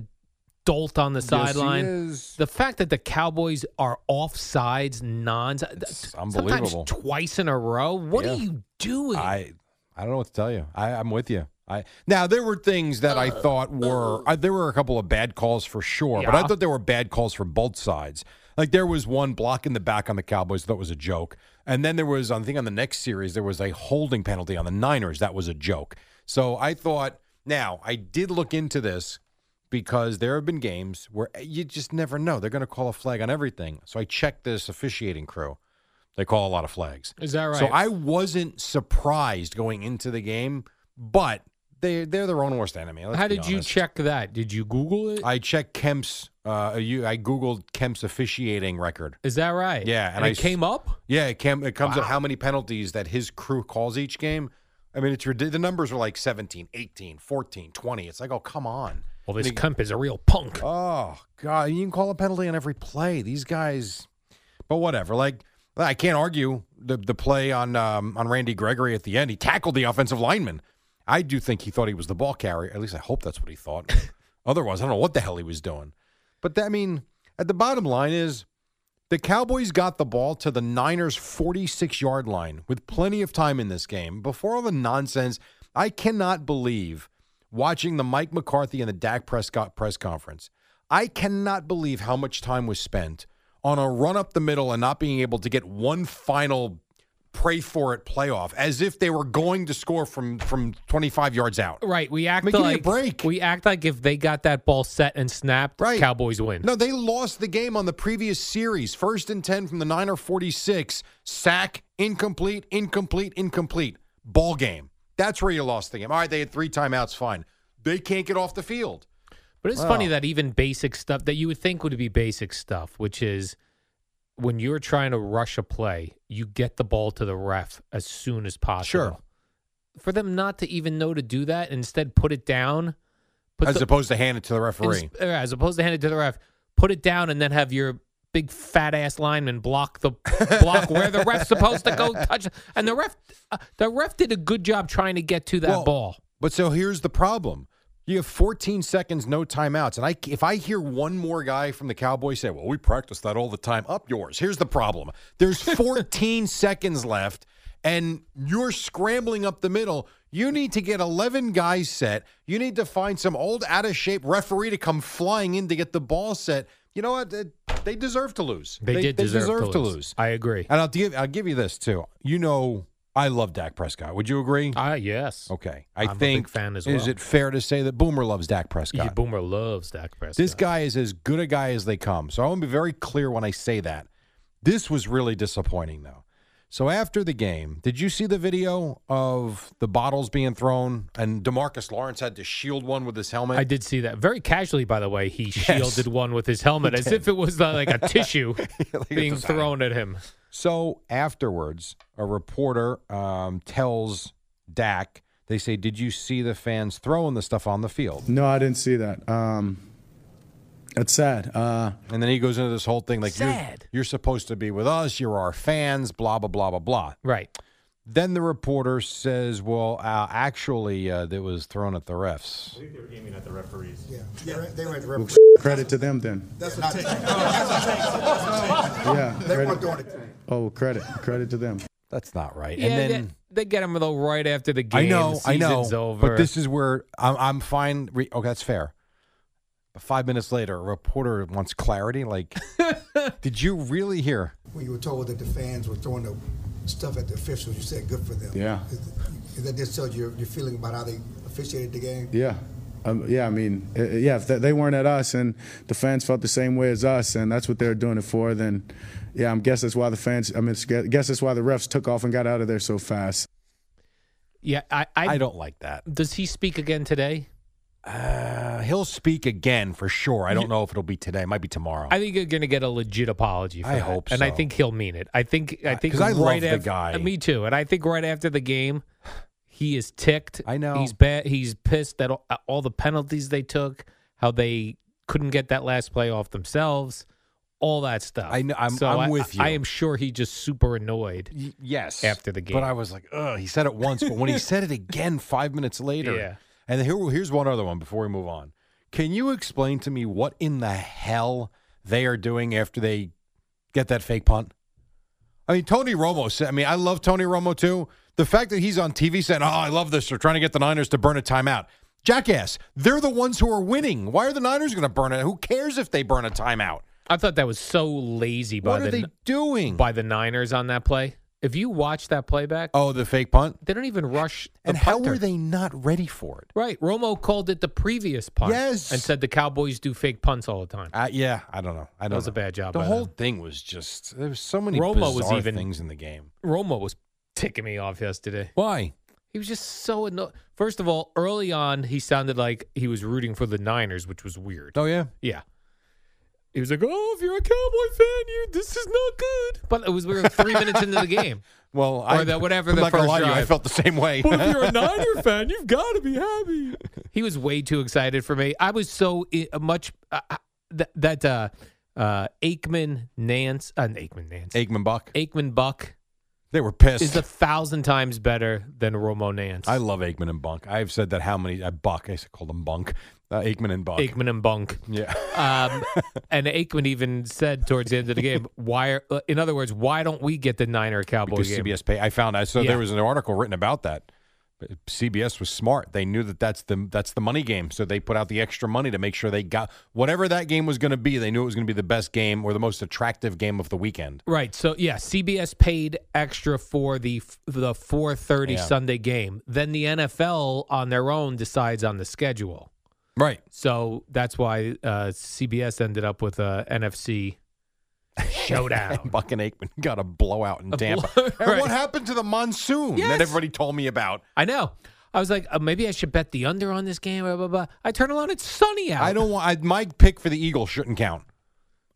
dolt on the
he
sideline.
is.
The fact that the Cowboys are offsides non sometimes
unbelievable.
twice in a row. What are you doing?
I I don't know what to tell you. I, I'm with you. I now there were things that I thought were uh, there were a couple of bad calls for sure, but I
Yeah.
thought there were bad calls for both sides. Like there was one block in the back on the Cowboys that was a joke, and then there was I think on the next series there was a holding penalty on the Niners that was a joke. So I thought now I did look into this because there have been games where eh, you just never know they're going to call a flag on everything. So I checked this officiating crew. They call a lot of flags.
Is that right?
So I wasn't surprised going into the game, but they they're their own worst enemy. let's
How
be
did you
honest.
check that? Did you Google it? Is
I checked Kemp's. Uh, you, I googled Kemp's officiating record.
that right?
Yeah,
and,
and I
it
s-
came up.
Yeah, it, came, it comes up how many penalties that his crew calls each game. I mean, it's ridiculous. The numbers are like 17, 18, 14, 20. It's like, oh, come on.
Well, this Kemp is a real punk.
Oh God, you can call a penalty on every play. These guys, but whatever. Like I can't argue the the play on um, on Randy Gregory at the end. He tackled the offensive lineman. I do think he thought he was the ball carrier. At least I hope that's what he thought. Otherwise, I don't know what the hell he was doing. But that, I mean, at the bottom line is the Cowboys got the ball to the Niners 46 yard line with plenty of time in this game. Before all the nonsense, I cannot believe watching the Mike McCarthy and the Dak Prescott press conference. I cannot believe how much time was spent on a run up the middle and not being able to get one final pray for it playoff as if they were going to score from from 25 yards out.
Right. We act
I mean, give me a
like
break.
we act like if they got that ball set and snapped,
Right.
Cowboys win.
No, they lost the game on the previous series. First and 10 from the Niner 46. Sack, incomplete, incomplete, incomplete. Ball game. That's where you lost the game. All right, they had three timeouts, fine. They can't get off the field.
But it's funny that even basic stuff that you would think would be basic stuff, which is when you're trying to rush a play, you get the ball to the ref as soon as possible.
Sure.
For them not to even know to do that, instead put it down. Put
as
the,
opposed to hand it to the referee.
ins- uh, as opposed to hand it to the ref, put it down and then have your big fat ass lineman block the block where the ref's supposed to go touch. And the ref, uh, the ref did a good job trying to get to that
Well,
ball.
But so here's the problem. You have 14 seconds, no timeouts. And I, if I hear one more guy from the Cowboys say, well, we practice that all the time, up yours. Here's the problem. There's 14 seconds left, and you're scrambling up the middle. You need to get 11 guys set. You need to find some old, out of shape referee to come flying in to get the ball set. You know what? They- They deserve to lose.
They, did deserve,
to lose. Um,
I agree.
And I'll give, I'll give you this, too. You know, I love Dak Prescott. Would you agree?
Ah, yes.
Okay, I
I'm a big
think
fan as
Is
well.
it fair to say that Boomer loves Dak
Yeah,
Prescott?
Boomer loves Dak Prescott.
this guy is as good a guy as they come. So I want to be very clear when I say that. This was really disappointing, though. So after the game, did you see the video of the bottles being thrown and Demarcus Lawrence had to shield one with his helmet?
I did see that very casually, by the way. He shielded one with his helmet as if it was uh, like a tissue being thrown at him.
So afterwards, a reporter um, tells Dak. They say, "Did you see the fans throwing the stuff on the field?"
No, I didn't see that. Um, that's sad. Uh,
And then he goes into this whole thing like, you're,
Sad.
you're supposed to be with us. You're our fans, blah, blah, blah, blah, blah.
Right.
Then the reporter says, well, uh, actually, uh, that was thrown at the refs.
credit to them then. That's yeah, they credit. weren't doing it. Oh, credit, credit to them.
That's not right.
yeah,
and then.
they, they get him though right after the game.
I know, I know.
Season's over.
But this is where I'm, I'm fine. Re- okay, that's fair. But five minutes later, a reporter wants clarity. Like, did you really hear?
When you were told that the fans were throwing the stuff at the officials, you said good for them. Yeah. Is that just tells you your feeling about how they officiated the game? Yeah. Um, yeah, I mean, uh, yeah, if they- they weren't at us and the fans felt the same way as us and that's what they were doing it for, then yeah, I guess that's why the fans, I mean, it's- guess that's why the refs took off and got out of there so fast.
yeah, I, I,
I don't like that.
Does he speak again today?
Uh, he'll speak again for sure. I don't know if it'll be today. It might be tomorrow.
I think you're going to get a legit apology. For
I
that.
hope
and I
so. Uh,
think he'll mean it. I think I think
'cause I love
right
the
af-
guy.
Me too. And I think right after the game, he is ticked.
I know.
he's bad. He's pissed at all, at all the penalties they took, how they couldn't get that last play off themselves, all that stuff.
I know- I'm-
so
I'm
I-
with
I,
you.
am sure he just super annoyed.
Y- yes
after the game.
But I was like, ugh, he said it once, but when he said it again five minutes later,
Yeah.
and here here's one other one before we move on. Can you explain to me what in the hell they are doing after they get that fake punt? I mean, Tony Romo said, I mean, I love Tony Romo too. The fact that he's on TV saying, oh, I love this. They're trying to get the Niners to burn a timeout. Jackass, they're the ones who are winning. Why are the Niners going to burn it? Who cares if they burn a timeout?
I thought that was so lazy by
What are
the
they doing?
by the Niners on that play. If you watch that playback,
Oh, the fake punt?
they don't even rush. The
And how
punter.
were they not ready for it?
Right, Romo called it the previous punt.
Yes.
and said the Cowboys do fake punts all the time.
Uh, yeah, I don't know. I don't
was
know.
a bad job
The
by
whole
them.
thing was just there was so many
Romo was
bizarre
even-
things in the game.
Romo was ticking me off yesterday.
Why?
He was just so annoyed. First of all, early on, he sounded like he was rooting for the Niners, which was weird.
Oh yeah,
Yeah. He was like, "Oh, if you're a Cowboy fan, you this is not good." But it was we were three minutes into the game.
Well,
Or
I
that whatever
I'm
the
not gonna
first
lie to you, I
drive.
felt the same way.
But if you're a Niner fan, you've got to be happy. He was way too excited for me. I was so i- much uh, uh, that that uh, uh, Aikman Nance, uh, Aikman Nance,
Aikman Buck,
Aikman Buck
they were pissed.
is a thousand times better than Romo Nance.
I love Aikman and Bunk. I've said that how many? Uh, Buck, I called them Bunk. Uh, Aikman and Buck.
Aikman and Bunk.
Yeah,
Um, and Aikman even said towards the end of the game, "Why? Are, uh, in other words, why don't we get the Niner Cowboy
because
game?"
CBS pay. I found I so
Yeah.
there was an article written about that. But CBS was smart. They knew that that's the that's the money game, so they put out the extra money to make sure they got whatever that game was going to be. They knew it was going to be the best game or the most attractive game of the weekend.
Right. So yeah, CBS paid extra for the f- the 4:30
Yeah.
Sunday game. Then the NFL on their own decides on the schedule.
Right.
So that's why uh, CBS ended up with a NFC
And
showdown.
Buck and Aikman got a blowout in
A
Tampa.
blow-
And
right.
what happened to the monsoon
Yes.
that everybody told me about?
I know. I was like, uh, maybe I should bet the under on this game. Blah blah blah. I turn around, it's sunny out.
I don't want I, my pick for the Eagles shouldn't count.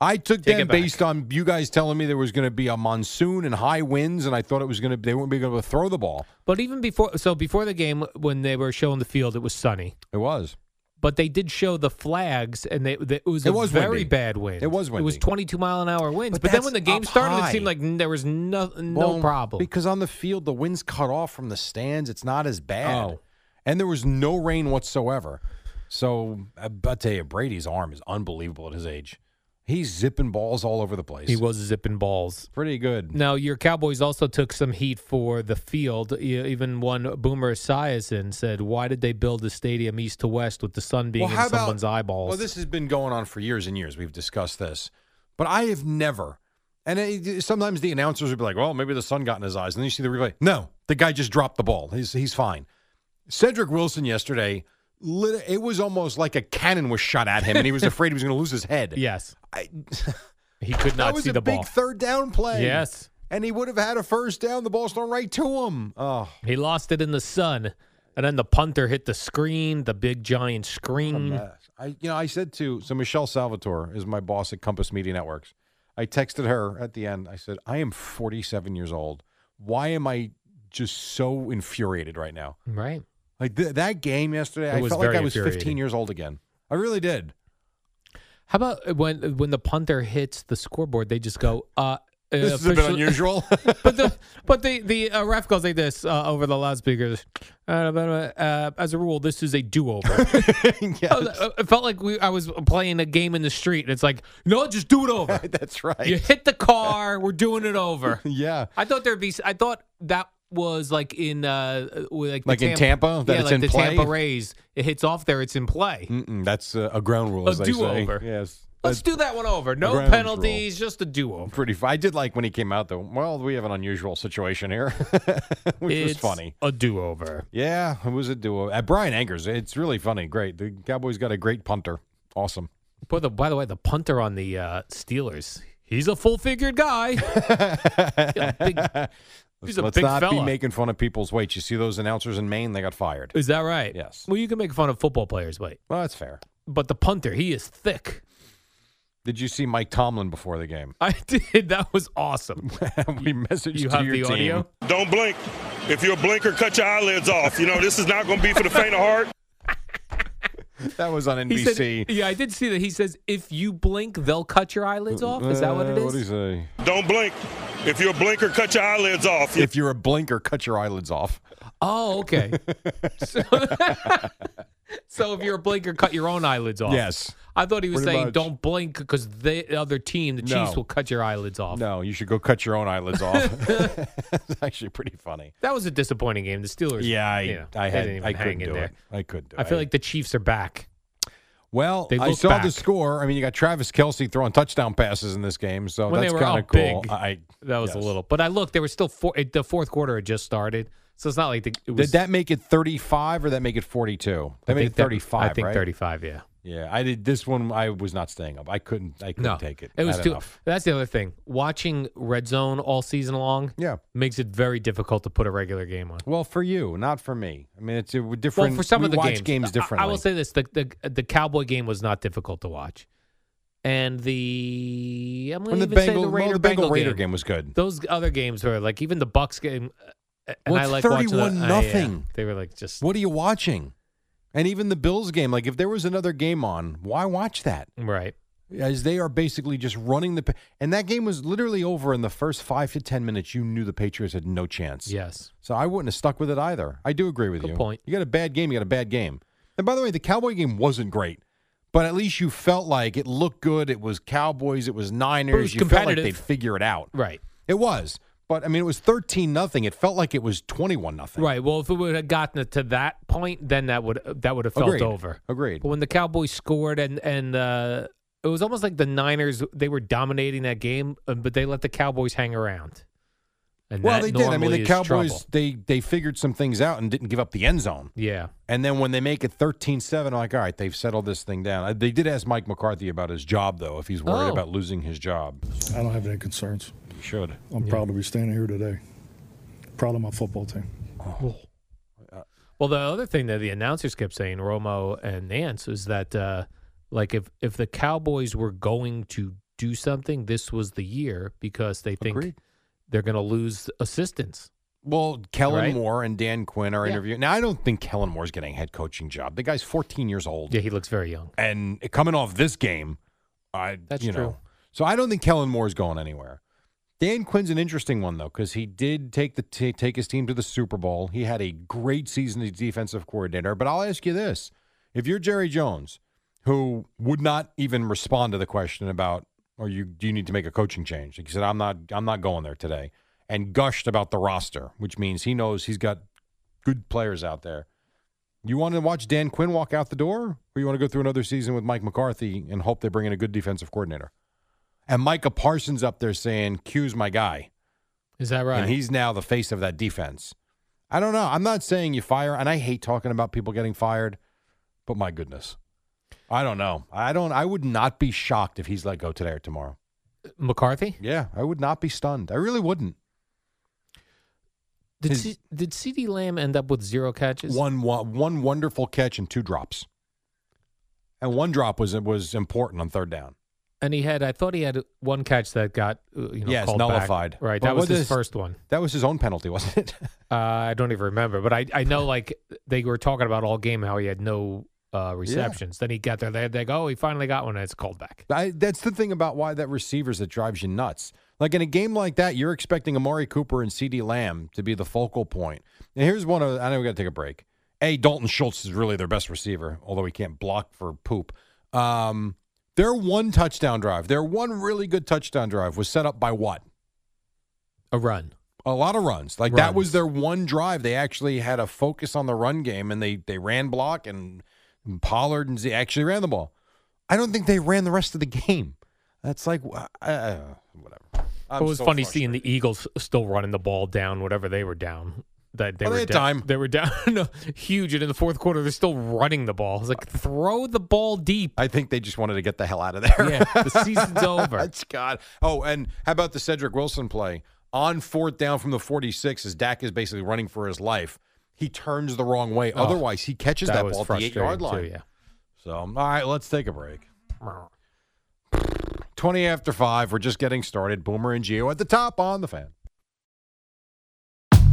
I took
Take
them
it back.
based on you guys telling me there was going to be a monsoon and high winds, and I thought it was going to they wouldn't be able to throw the ball.
But even before, so before the game, when they were showing the field, it was sunny.
It was.
But they did show the flags, and they, they, it was
It
a
was
very
windy.
bad wind.
It was
It was
windy.
22 mile an hour winds.
But
But, then
that's
when the game
up
started,
high.
it seemed like n- there was no no
Well,
problem.
because on the field the wind's cut off from the stands. It's not as bad.
Oh.
And there was no rain whatsoever. So I, I tell you, Brady's arm is unbelievable at his age. He's zipping balls all over the place.
he was zipping balls.
pretty good.
Now your Cowboys also took some heat for the field. E- Even one Boomer Esiason said, "Why did they build the stadium east to west with the sun being in someone's eyeballs?"
Well, this has been going on for years and years. We've discussed this, but I have never. And it, sometimes the announcers would be like, "Well, maybe the sun got in his eyes," and then you see the replay. No, the guy just dropped the ball. He's he's fine. Cedric Wilson yesterday, lit, it was almost like a cannon was shot at him, and he was afraid he was going to lose his head.
yes,
I,
he could
that
not
was
see
a
the
big
ball.
third down play.
yes,
and he would have had a first down. The ball's thrown right to him. Oh,
He lost it in the sun, and then the punter hit the screen, the big giant screen.
Yes. I, you know, I said to so Michelle Salvatore is my boss at Compass Media Networks. I texted her at the end. I said, "I am 47 years old. Why am I just so infuriated right now?
Right.
Like th- that game yesterday,
It
I
was
felt like
very
I was 15
infuriating.
years old again. I really did.
How about when when the punter hits the scoreboard, they just go, uh,
This
uh,
is a bit
official-
unusual.
but the but the the uh, ref goes like this uh, over the loudspeakers. Uh, but, uh, uh, as a rule, this is a do over. Oh,
Yes.
it felt like we I was playing a game in the street, and it's like, no, just do it over.
That's right.
you hit the car, we're doing it over.
yeah.
I thought there'd be. I thought that was like in uh, with, like the
Like in Tampa, that
yeah,
it's
like
in
the
play? Mm,
Tampa Rays. It hits off there. It's in play.
Mm-mm, that's a, a ground rule.
A
as they say.
do-over.
Yes.
Let's do that one over. No
grounds
penalties, just a do-over.
Pretty. f- I did like when he came out though. Well, we have an unusual situation here, which was
It's
funny.
A do-over.
Yeah, it was a duo. Uh, Brian Angers, it's really funny. Great. The Cowboys got a great punter. Awesome.
By the, by the way, the punter on the uh, Steelers, he's a full-figured guy. Yeah, big- he's a
Let's
big
not be
fella.
making fun of people's weight. You see those announcers in Maine? They got fired.
Is that right?
Yes.
Well, you can make fun of football players, wait,
Well, that's fair.
but the punter, he is thick.
Did you see Mike Tomlin before the game?
I did. That was awesome.
we messaged
You
to
have
your
the
team.
audio.
Don't blink. If you're a blinker, cut your eyelids off. You know, this is not going to be for the faint of heart.
That was on
He
NBC.
said, yeah, I did see that. He says, if you blink, they'll cut your eyelids off. Is that what it
Uh, What do you
is?
say?
Don't blink. If you're a blinker, cut your eyelids off.
If you're a blinker, cut your eyelids off.
Oh, okay. so, So if you're a blinker, cut your own eyelids off.
Yes.
I thought he was
Pretty
saying
much.
don't blink because the other team, the
No.
Chiefs, will cut your eyelids off.
No, you should go cut your own eyelids off. it's actually pretty funny.
That was a disappointing game. The Steelers.
Yeah, I,
you know,
I
they
had,
didn't even
I
hang
couldn't
in
do
there.
it. I couldn't do it.
I feel like the Chiefs are back.
well,
they
I
look
saw the
back.
score. I mean, you got Travis Kelsey throwing touchdown passes in this game, so
when
that's
they were
kind
out
of cool.
big,
I,
that was
yes.
a little. But I looked; they were still four, it, the fourth quarter had just started, so it's not like the, it was.
Did that make it 35 or that make it 42? That
I
made
think
it
that-
35,
I think
right?
35. Yeah,
Yeah, I did this one. I was not staying up. I couldn't. I couldn't
no,
take it.
was
Had
too.
enough.
That's the other thing. Watching red zone all season long,
Yeah.
makes it very difficult to put a regular game on.
Well, for you, not for me. I mean, it's a different.
Well, for some
we
of the
watch
games, I-
differently.
I, will say this: the, the the Cowboy game was not difficult to watch, and the I'm going
When
to
the
even say
Bengal-
the
well,
Raider
the Bengal
Bengal
Raider game was good.
Those other games were like even the Bucks game. uh, And
Well,
I
it's
like
31 nothing.
They were like just
What are you watching? And even the Bills game. Like, if there was another game on, why watch that?
right.
As they are basically just running the. pa- And that game was literally over in the first five to ten minutes. You knew the Patriots had no chance.
Yes.
So I wouldn't have stuck with it either. I do agree with
Good
you.
point.
You got a bad game, you got a bad game. And by the way, the Cowboy game wasn't great, but at least you felt like it looked good. It was Cowboys, it was Niners.
was
you felt like
competitive.
they'd figure it out.
Right.
It was. But I mean, it was 13 nothing. It felt like it was 21 nothing.
Right. Well, if it would have gotten it to that point, then that would that would have felt
Agreed.
over.
Agreed.
But when the Cowboys scored and and uh, it was almost like the Niners they were dominating that game, uh, but they let the Cowboys hang around. And
well,
that
they did. I mean,
normally
the
is
Cowboys
trouble.
they they figured some things out and didn't give up the end zone.
Yeah.
And then when they make it 13-7, I'm like, all right, they've settled this thing down. I- They did ask Mike McCarthy about his job though, if he's worried
Oh.
about losing his job.
I don't have any concerns.
He should.
I'm proud to be standing here today. Proud of my football team.
Well, the other thing that the announcers kept saying, Romo and Nance, is that uh, like if if the Cowboys were going to do something, this was the year because they think
Agreed.
they're going to lose assistants.
Well, Kellen
Right?
Moore and Dan Quinn are
Yeah.
interviewing. Now, I don't think Kellen Moore's getting a head coaching job. The guy's 14 years old,
Yeah, he looks very young.
and coming off this game, I
That's
you know.
true.
So I don't think Kellen Moore's going anywhere. Dan Quinn's an interesting one though, because he did take the t- take his team to the Super Bowl. He had a great season as defensive coordinator. But I'll ask you this: If you're Jerry Jones, who would not even respond to the question about, or you do you need to make a coaching change? He said, "I'm not, I'm not going there today," and gushed about the roster, which means he knows he's got good players out there. You want to watch Dan Quinn walk out the door, or you want to go through another season with Mike McCarthy and hope they bring in a good defensive coordinator? And Micah Parsons up there saying, "Q's my guy,"
Is that right?
and he's now the face of that defense. I don't know. I'm not saying you fire, and I hate talking about people getting fired, but my goodness, I don't know. I don't. I would not be shocked if he's let go today or tomorrow.
McCarthy.
Yeah, I would not be stunned. I really wouldn't.
Did
His-
C- did C.D. Lamb end up with zero catches?
One one one wonderful catch and two drops, and one drop was was important on third down.
and he had. I thought he had one catch that got uh, you know
yes,
called back.
nullified.
Right,
But
that was
what
his
is-
first one.
That was his own penalty, wasn't it?
Uh, I don't even remember, but I, I know like they were talking about all game how he had no uh, receptions. Then he got there, they they go, oh, he finally got one, and it's called back.
I, that's the thing about why that receivers that drives you nuts. Like in a game like that, you're expecting Amari Cooper and C.D. Lamb to be the focal point. And here's one of I know we got to take a break. A Dalton Schultz is really their best receiver, although he can't block for poop. Um, their one touchdown drive, their one really good touchdown drive, was set up by what?
A run.
a lot of runs. Like that was
Runs.
their one drive. They actually had a focus on the run game, and they they ran block and Pollard and Z actually ran the ball. I don't think they ran the rest of the game. That's like uh, whatever. I'm
it was
so
funny
frustrated.
seeing the E Eagles still running the ball down, whatever they were down. That they
Well,
were
they had
down,
time.
They were down no, huge, and in the fourth quarter, they're still running the ball. It's like throw the ball deep.
I think they just wanted to get the hell out of there.
Yeah, the season's over.
That's God. Oh, and how about the Cedric Wilson play on fourth down from the forty-six? As Dak is basically running for his life, he turns the wrong way.
Oh,
Otherwise, he catches that,
was
ball at the eight-yard
frustrating,
line.
too, yeah.
So, all right, let's take a break. 20 after 5. We're just getting started. Boomer and Geo at the top on the fan.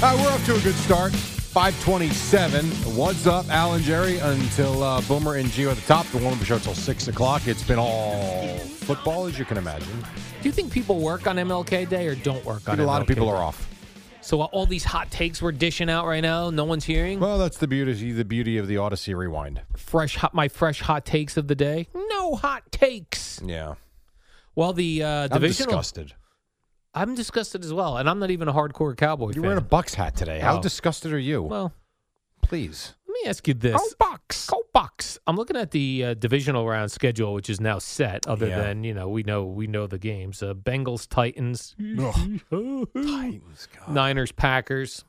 All right, we're off to a good start. 527. What's up, Alan Jerry? Until uh, Boomer and Gio at the top. The warm-up show until 6 o'clock. It's been all football, as you can imagine.
Do you think people work on MLK Day or don't work
I
on MLK
think a lot of people
Day?
are off.
So uh, all these hot takes we're dishing out right now, no one's hearing.
Well, that's the beauty the beauty of the Odyssey Rewind.
Fresh hot, my fresh hot takes of the day. No hot takes.
Yeah.
Well, the uh,
I'm
divisional.
disgusted.
I'm disgusted as well, and I'm not even a hardcore Cowboy
You're
fan.
wearing a Bucks hat today. How
Oh.
disgusted are you?
Well,
please.
Let me ask you this: Go Bucks, go Bucks. I'm looking at the uh, divisional round schedule, which is now set. Other
Yeah.
than you know, we know we know the games: uh, Bengals, Titans,
Titans,
Niners, Packers.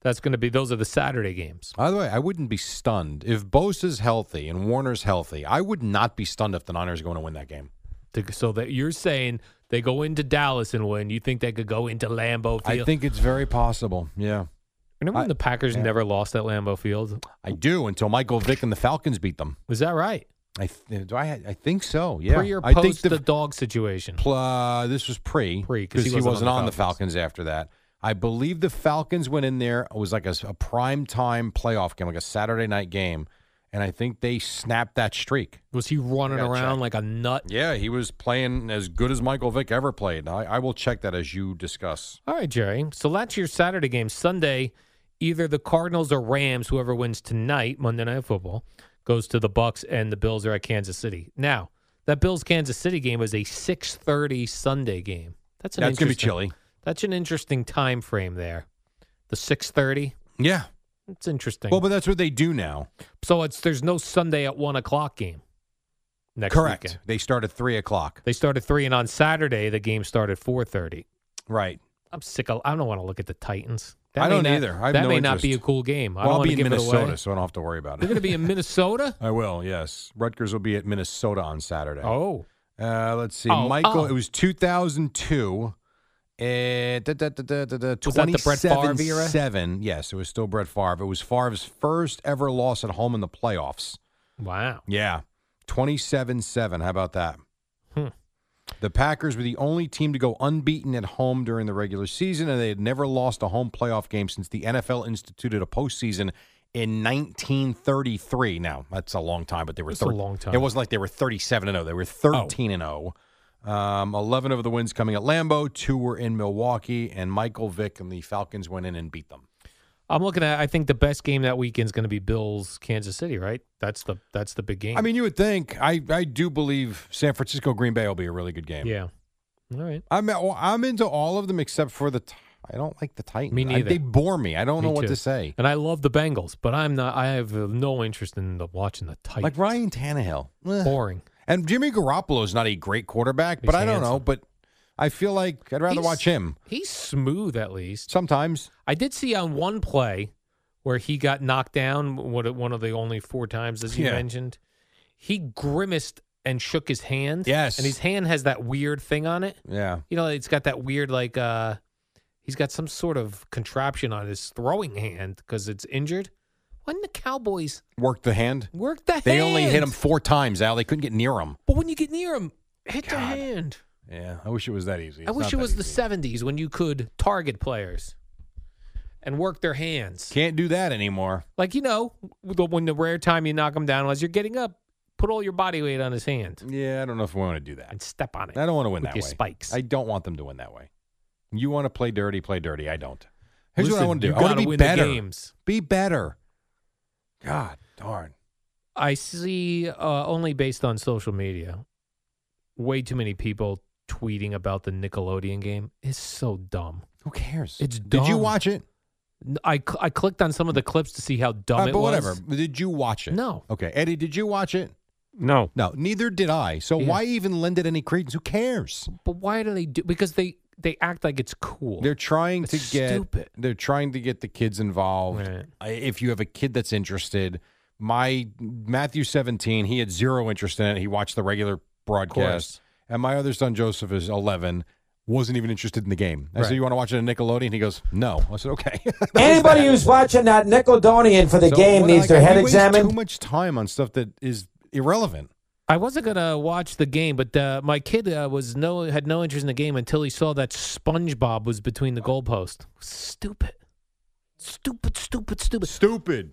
That's going to be those are the Saturday games.
By the way, I wouldn't be stunned if Bosa's healthy and Warner's healthy. I would not be stunned if the Niners are going to win that game.
To- So that you're saying they go into Dallas and win. You think they could go into Lambeau Field?
I think it's very possible. Yeah.
Remember when
I-
the Packers
yeah.
never lost at Lambeau Field?
I do until Michael Vick and the Falcons beat them.
Was that right?
I th- do. I I think so. Yeah.
Pre or
I
post
think
the, dog situation?
pl- uh, this was pre
Pre,
because he, wasn't on the Falcons. after that. I believe the Falcons went in there. It was like a, s- a prime time playoff game, like a Saturday night game, and I think they snapped that streak.
Was he running
Gotta
around like
check.
a nut?
Yeah, he was playing as good as Michael Vick ever played. I, I will check that as you discuss.
All right, Jerry. So that's your Saturday game. Sunday, either the Cardinals or Rams, whoever wins tonight, Monday Night Football, goes to the Bucks, and the Bills are at Kansas City. Now, that Bills Kansas City game is a six thirty Sunday game. That's an
That's gonna be
interesting-
chilly.
That's an interesting time frame there. The six thirty.
Yeah.
It's interesting.
Well, but that's what they do now.
so it's there's no Sunday at one o'clock game. Next
Correct.
weekend.
They start at three o'clock.
They start at three, and on Saturday the game started four thirty.
Right.
I'm sick of. I don't want to look at the Titans. That
I
may
don't
not-
either. I have
that
no
may not be a
interest.
cool game. I
well,
don't
I'll
want
be
to
in
give
Minnesota,
it away.
so I don't have to worry about it.
They're going to be in Minnesota.
I will. Yes, Rutgers will be at Minnesota on Saturday.
Oh,
uh, let's see,
Oh,
Michael.
oh.
It was 2002. Uh, da, da, da, da, da, da,
Was that the Brett Favre era?
27-7. Yes, it was still Brett Favre. It was Favre's first ever loss at home in the playoffs.
Wow.
Yeah, 27-7. How about that?
Hmm.
The Packers were the only team to go unbeaten at home during the regular season, and they had never lost a home playoff game since the NFL instituted a postseason in 1933. Now that's a long time, but they were
That's a
thir-
long time. Oh.
It wasn't like they were 37 and 0; they were 13 and 0. Um, 11 of the wins coming at Lambeau, two were in Milwaukee, and Michael Vick and the Falcons went in and beat them.
I'm looking at. I think the best game that weekend is going to be Bills Kansas City. Right. That's the that's the big game.
I mean, you would think I I do believe San Francisco Green Bay will be a really good game.
yeah. All right.
I'm I'm into all of them except for the. Ti- I don't like the Titans.
Me
I-
neither.
they bore me. I don't
Me
know what
too.
to say.
And I love the Bengals, but I'm not. I have uh, no interest in the, watching the Titans.
Like Ryan Tannehill, Eh.
Boring.
and Jimmy Garoppolo is not a great quarterback, but
He's
I don't know.
handsome.
But I feel like I'd rather
He's-
watch him.
He's smooth at least.
Sometimes
I did see on one play where he got knocked down, what one of the only four times as you
Yeah.
mentioned. He grimaced and shook his hand.
Yes.
And his hand has that weird thing on it.
Yeah.
You know, it's got that weird like uh he's got some sort of contraption on his throwing hand because it's injured. When the Cowboys
Worked the hand.
work the
They
hand.
only hit him four times, Al. They couldn't get near him.
But when you get near him, hit the hand.
Yeah. I wish it was that easy.
I
It's
wish
not
it
that
was
easy.
the 70s when you could target players and work their hands.
Can't do that anymore.
Like, you know, the- when the rare time you knock him down, as you're getting up, put all your body weight on his hand
Yeah. I don't know if we want to do that.
and step on it.
I don't want to win
with
that
your
way.
spikes.
I don't want them to win that way. You want to play dirty, play dirty. I don't. Here's what I
Listen,
want to do.
you
I want
gotta
to be
win the
better.
games.
Be better. God darn.
I see uh, only based on social media, way too many people tweeting about the Nickelodeon game. It's so dumb.
Who cares?
It's
Did you
dumb.
watch it?
N- I, cl- I clicked on some of the clips to see how dumb
All right,
it
Uh, but
was.
whatever. Did you watch it?
No.
Okay, Eddie, did you watch it?
No.
No, neither did I. So
Yeah.
why even lend it any credence? Who cares?
But why do they do? Because they they act like it's cool.
They're trying
It's
to get
stupid.
they're trying to get the kids involved.
Right.
I- If you have a kid that's interested, My Matthew 17, he had zero interest in it. He watched the regular broadcast. And my other son, Joseph, is 11, wasn't even interested in the game. I said,
Right.
You want to watch it on Nickelodeon? He goes, No. I said, Okay.
Anybody who's watching that Nickeldonian for the
So,
game
what-
needs
like,
their
we
head
waste
examined.
Too much time on stuff that is irrelevant.
I wasn't gonna watch the game, but uh, my kid uh, was no had no interest in the game until he saw that SpongeBob was between the goalpost. Stupid, stupid, stupid, stupid,
stupid,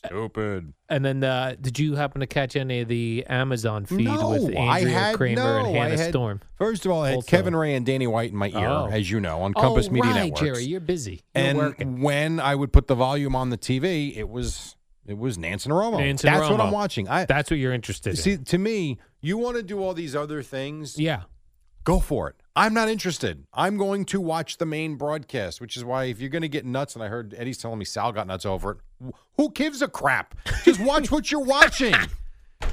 stupid.
And then, uh, did you happen to catch any of the Amazon feed with Andrea
I had,
Kramer
no,
and
I
Hannah
had-
Storm?
First of all, I had
Also.
Kevin Ray and Danny White in my ear,
Oh.
as you know, on Compass
oh,
Media
right,
Networks.
Jerry, you're busy. You're
and
working.
when I would put the volume on the TV, it was it was Nance and Romo.
Nance and
That's what I'm
Romo.
watching. I
That's what you're interested
see.
in.
To me, you want to do all these other things.
Yeah.
go for it. I'm not interested. I'm going to watch the main broadcast, which is why if you're going to get nuts, and I heard Eddie's telling me Sal got nuts over it. wh- Who gives a crap? Just watch what you're watching.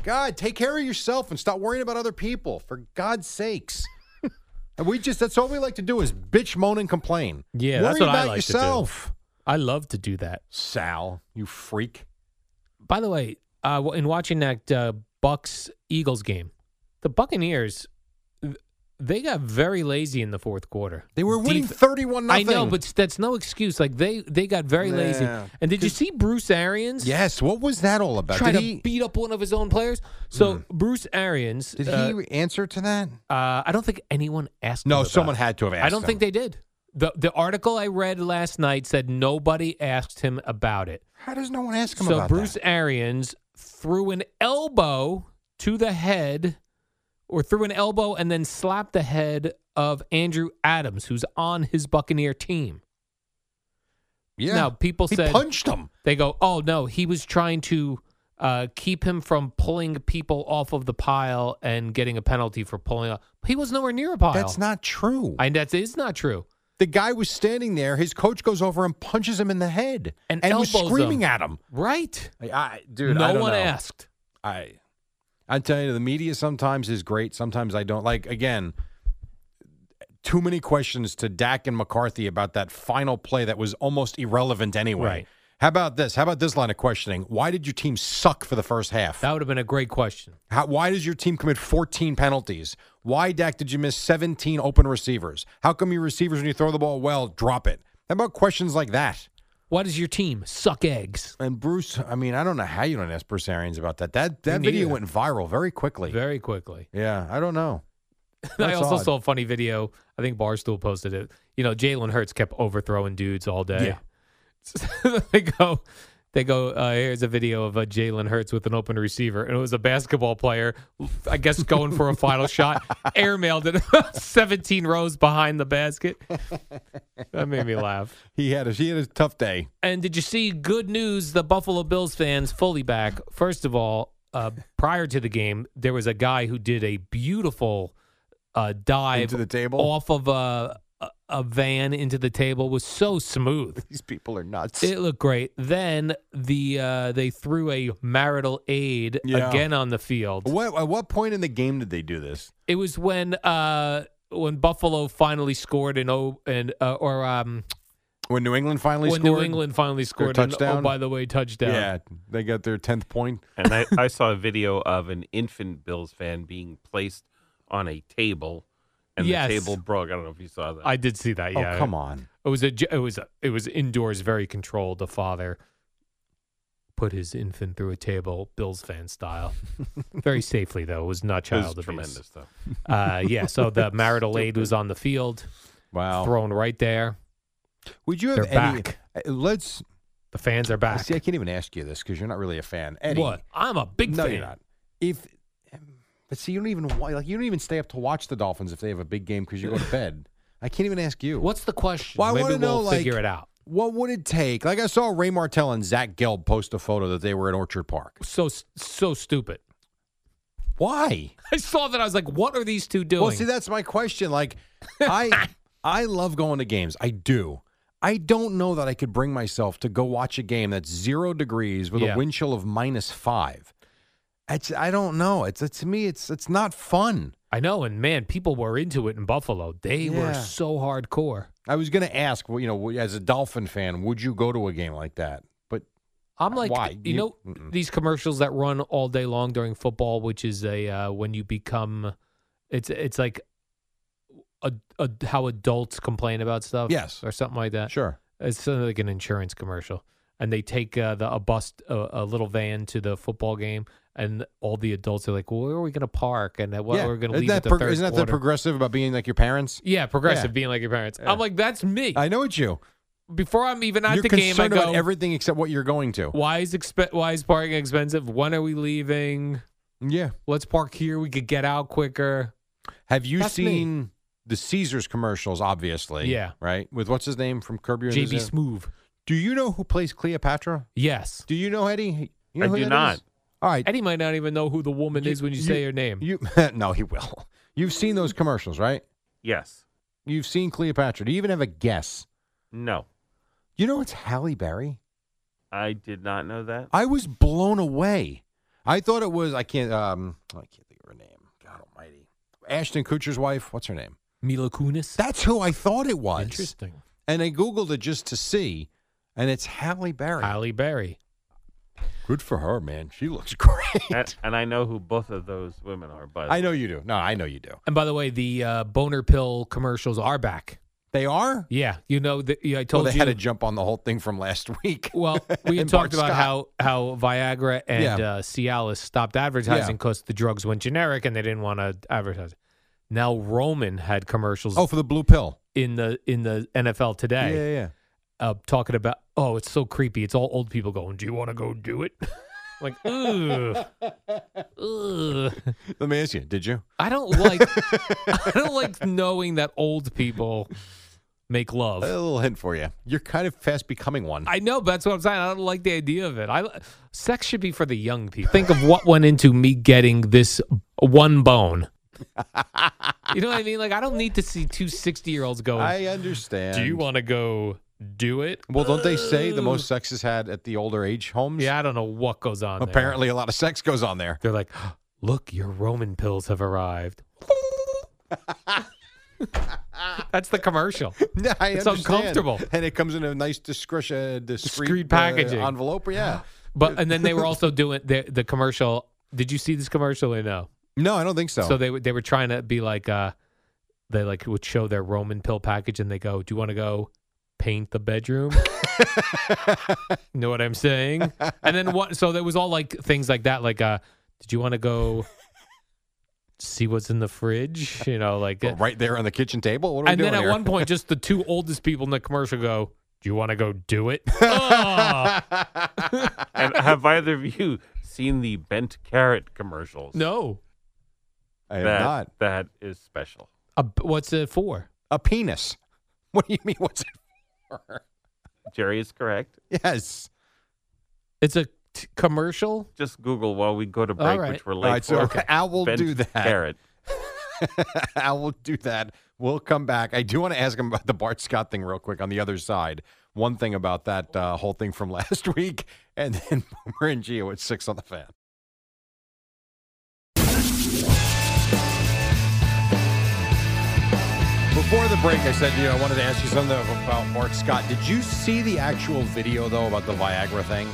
God, take care of yourself and stop worrying about other people. For God's sakes. And we just, that's all we like to do is bitch, moan, and complain.
Yeah,
Worry
that's what
about
I like
yourself.
to do. I love to do that.
Sal, you freak.
By the way, uh, w- in watching that uh, Bucks Eagles game, the Buccaneers th- they got very lazy in the fourth quarter.
They were winning
Def-
31
I know, but that's no excuse. Like they they got very lazy.
Yeah.
And did you see Bruce Arians?
Yes, what was that all about?
Try
Did
to
he, Hmm.
beat up one of his own players. So Bruce Arians.
did
uh,
he answer to that?
Uh, I don't think anyone asked.
No,
him about
someone
it.
had to have
I
asked
don't
him.
think they did. the The article I read last night said nobody asked him about it.
How does no one ask him
so
about
Bruce
that?
Arians threw an elbow to the head, or threw an elbow and then slapped the head of Andrew Adams, who's on his Buccaneer team.
Yeah.
Now people
He
said
punched him.
They go, "Oh no, he was trying to uh, keep him from pulling people off of the pile and getting a penalty for pulling up. He was nowhere near a pile.
That's not true.
I, that is not true.
The guy was standing there. His coach goes over and punches him in the head
And
he was
elbows
screaming
him.
at him.
Right?
I, I- dude,
no
I don't
one
know.
asked.
I, I'm telling you, the media sometimes is great. Sometimes I don't. Like again, too many questions to Dak and McCarthy about that final play that was almost irrelevant anyway.
Right.
How about this? How about this line of questioning? Why did your team suck for the first half?
That would have been a great question.
How, why does your team commit 14 penalties? Why, Dak, did you miss 17 open receivers? How come your receivers, when you throw the ball well, drop it? How about questions like that?
Why does your team suck eggs?
And Bruce, I mean, I don't know how you don't ask Bruce Arians about that. That that
Me
video
neither.
went viral very quickly.
Very quickly.
yeah, I don't know.
I
That's
also
odd.
saw a funny video. I think Barstool posted it. You know, Jalen Hurts kept overthrowing dudes all day.
Yeah.
So they go, they go. Uh, here's a video of uh, Jalen Hurts with an open receiver, and it was a basketball player, I guess, going for a final shot. Airmailed it 17 rows behind the basket. That made me laugh.
He had a he had a tough day.
And did you see good news? The Buffalo Bills fans fully back. First of all, uh, prior to the game, there was a guy who did a beautiful uh, dive
Into the table?
off of a, a, a van into the table. It was so smooth.
These people are nuts.
It looked great. Then the uh, they threw a marital aid
Yeah.
again on the field.
what, at what point in the game did they do this?
It was when uh, when Buffalo finally scored an O and uh, or um,
When New England finally
when
scored?
New England finally
their
scored An,
touchdown?
oh, by the way, touchdown.
Yeah, they got their 10th point.
And I, I saw a video of an infant Bills fan being placed on a table, and
Yes.
the table broke. I don't know if you saw that.
I did see that.
Oh,
Yeah.
come on.
It was a. j- It was. a- It was indoors, very controlled. The father put his infant through a table, Bills fan style, very safely though. It was not
It was
child abuse.
tremendous, though.
Uh, yeah. So the marital aid was on the field,
Wow.
thrown right there.
Would you have
They're
any?
back.
uh, Let's
The fans are back.
see. I can't even ask you this because you're not really a fan. Eddie,
What? I'm a big
no,
fan.
you're not. If but see, you don't even wa- like you don't even stay up to watch the Dolphins if they have a big game because you go to bed. I can't even ask you.
What's the question?
Well, I
Maybe
wanna
we'll
know, like-
figure it out.
What would it take? Like I saw Ray Martell and Zach Gelb post a photo that they were at Orchard Park.
So so stupid.
Why?
I saw that. I was like, "What are these two doing?"
Well, see, that's my question. Like, I I love going to games. I do. I don't know that I could bring myself to go watch a game that's zero degrees with
Yeah.
a wind chill of minus five. It's, I don't know. It's to me, it's it's not fun.
I know, and man, people were into it in Buffalo. They were
Yeah.
so hardcore.
I was going to ask, well, you know, as a Dolphin fan, would you go to a game like that? But
I'm like,
Why?
you,
You-
know, these commercials that run all day long during football, which is a uh, when you become, it's it's like, a, a, how adults complain about stuff,
Yes.
or something like that.
Sure,
it's something like an insurance commercial, and they take uh, the a bus, a, a little van to the football game, and all the adults are like, well, "Where are we going to park?" And uh, well,
Yeah.
we're going to
Isn't
leave
that
at the
prog-
third
Isn't that the
quarter."
progressive about being like your parents?
Yeah, progressive,
Yeah.
being like your parents.
Yeah.
I'm like, that's me.
I know it's you.
Before I'm even at
you're
the game, I
concerned
go,
about everything except what you're going to.
why is exp- why is parking expensive? When are we leaving?
Yeah.
Let's park here. We could get out quicker.
Have you
That's me.
seen the Caesars commercials? Obviously,
Yeah.
right. With what's his name from Curb Your
JB
Enthusiasm?
Smoove.
Do you know who plays Cleopatra?
Yes.
Do you know Eddie? You know
I
who
do
that is?
not.
All right,
Eddie might not even know who the woman is when you, say her name.
You no, he will. You've seen those commercials, right?
Yes.
You've seen Cleopatra. Do you even have a guess?
No.
You know it's Halle Berry.
I did not know that.
I was blown away. I thought it was I can't um I can't think of her name. God Almighty. Ashton Kutcher's wife. What's her name?
Mila Kunis.
That's who I thought it was.
Interesting.
And I googled it just to see, and it's Halle Berry.
Halle Berry.
Good for her, man. She looks great.
and, and I know who both of those women are, but
I know you do. No, I know you do.
And by the way, the uh, boner pill commercials are back.
They are.
Yeah, you know that. yeah, I
Well,
told
they
you.
had to jump on the whole thing from last week.
well, we had
And Bart
talked about
Scott.
how how Viagra and
Yeah.
uh, Cialis stopped advertising
Yeah.
because the drugs went generic and they didn't want to advertise. it. Now Roman had commercials
Oh, for the blue pill.
in the in the NFL today.
Yeah, yeah, yeah.
uh, talking about, oh, it's so creepy. It's all old people going, do you want to go do it? like, ugh, ugh.
Let me ask you, did you?
I don't like, I don't like knowing that old people make
A
love.
little hint for you. You're kind of fast becoming one.
I know, but that's what I'm saying. I don't like the idea of it. I sex should be for the young people. Think of what went into me getting this one bone. you know what I mean? Like, I don't need to see two 60 year olds going.
I understand.
do you want to go do it?
Well, don't they say the most sex is had at the older age homes?
Yeah, I don't know what goes on. there.
Apparently, a lot of sex goes on there.
They're like, look, your Roman pills have arrived. That's the commercial.
Yeah, I
It's
understand.
uncomfortable.
and it comes in a nice discreet, uh, discreet,
Discreet
uh,
packaging.
envelope. Yeah.
But and then they were also doing the, the commercial. Did you see this commercial or no?
No, I don't think so.
So, they were- they were trying to be like, uh, they like would show their Roman pill package and they go, "Do you want to go paint the bedroom?" you know what I'm saying? And then what? So there was all like things like that. Like, uh, did you want to go see what's in the fridge? You know, like
Well, right there on the kitchen table. What are we
and
doing
then at
here?
one point, just the two oldest people in the commercial go, "Do you want to go do it?" Ah, Ugh.
and have either of you seen the bent carrot commercials?
no,
I am
that,
not
That is special.
a, what's it for?
a penis. What do you mean? What's it for?
Jerry is correct.
Yes.
It's a t- commercial.
Just Google while we go to
All
break,
right.
which we're
All
late
right, so
for.
I will
Bent
do that.
Carrot.
I will do that. We'll come back. I do want to ask him about the Bart Scott thing real quick on the other side. One thing about that uh, whole thing from last week, and then Boomer and Geo at six on the fan. Before the break, I said to you I wanted to ask you something about Bart Scott. Did you see the actual video though about the Viagra thing?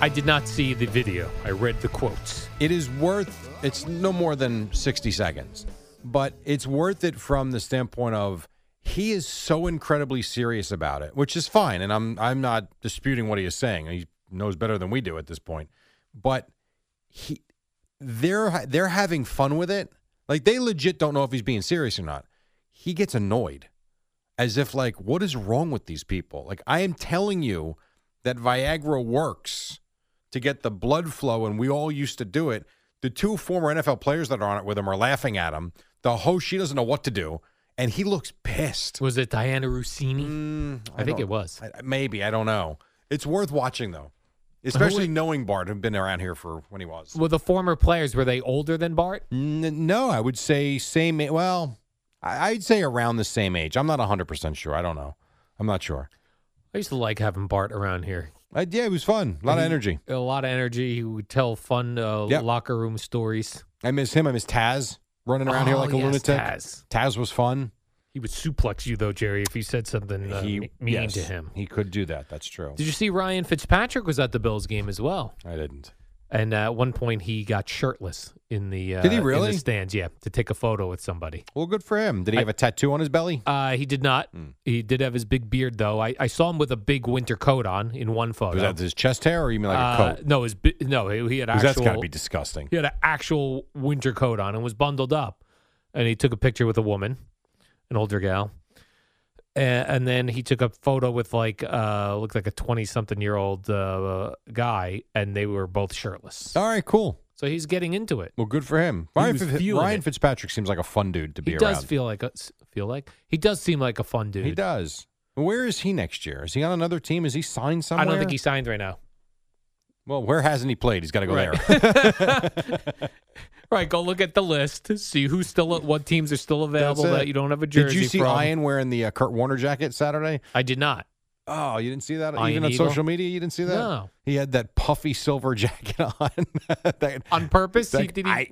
I did not see the video. I read the quotes.
It is worth it's no more than 60 seconds, but it's worth it from the standpoint of he is so incredibly serious about it, which is fine and I'm I'm not disputing what he is saying. He knows better than we do at this point. But he they're they're having fun with it. Like they legit don't know if he's being serious or not. He gets annoyed as if like what is wrong with these people? Like I am telling you that Viagra works to get the blood flow, and we all used to do it. The two former NFL players that are on it with him are laughing at him. The host, she doesn't know what to do, and he looks pissed.
Was it Diana Rossini?
Mm,
I think
don't-
it was.
I- maybe I don't know. It's worth watching though, especially knowing Bart, who've been around here for when he was.
Well, the former players were they older than Bart?
N- no, I would say same. a- Well, I- I'd say around the same age. I'm not 100 percent sure. I don't know. I'm not sure.
I used to like having Bart around here.
I, yeah, it was fun. A lot of
He-
energy.
A lot of energy. He would tell fun uh,
Yep.
locker room stories.
I miss him. I miss Taz running around here
Oh,
like a
yes,
lunatic.
Taz.
Taz was fun.
He would suplex you though, Jerry, if you said something uh, mean
yes,
to him.
He could do that. That's true.
Did you see Ryan Fitzpatrick was at the Bills game as well?
I didn't.
And uh, at one point, he got shirtless in the uh,
Did he
in the
really?
stands? Yeah, to take a photo with somebody.
Well, good for him. Did he have a tattoo on his belly?
Uh, he did not.
Hmm.
He did have his big beard though. I, I saw him with a big winter coat on in one photo.
Was that his chest hair, or you mean like a
Oh, Uh,
coat?
No, his bi- no, he he had
'Cause
actual.
that's got to be disgusting.
He had an actual winter coat on and was bundled up, and he took a picture with a woman, an older gal, A- and, then he took a photo with like uh looked like a twenty something year old uh, guy, and they were both shirtless.
All right, cool.
So he's getting into it.
Well, good for him.
He
Ryan,
was
Fitz-
feeling
Ryan
it.
Fitzpatrick seems like a fun dude to be
He
around.
does feel like a, feel like he does seem like a fun dude.
He does. Where is he next year? Is he on another team? Is he signed somewhere?
I don't think he signed right now.
Well, where hasn't he played? He's got to go
Right.
there.
Right, go look at the list, see who's still what teams are still available
That's it.
that you don't have a jersey.
Did you see
from.
Ian wearing the uh, Kurt Warner jacket Saturday?
I did not.
Oh, you didn't see that
Ian
even on
Eagle?
social media. You didn't see that.
No.
he had that puffy silver jacket on. That-
On purpose?
that-
He- did he-
I,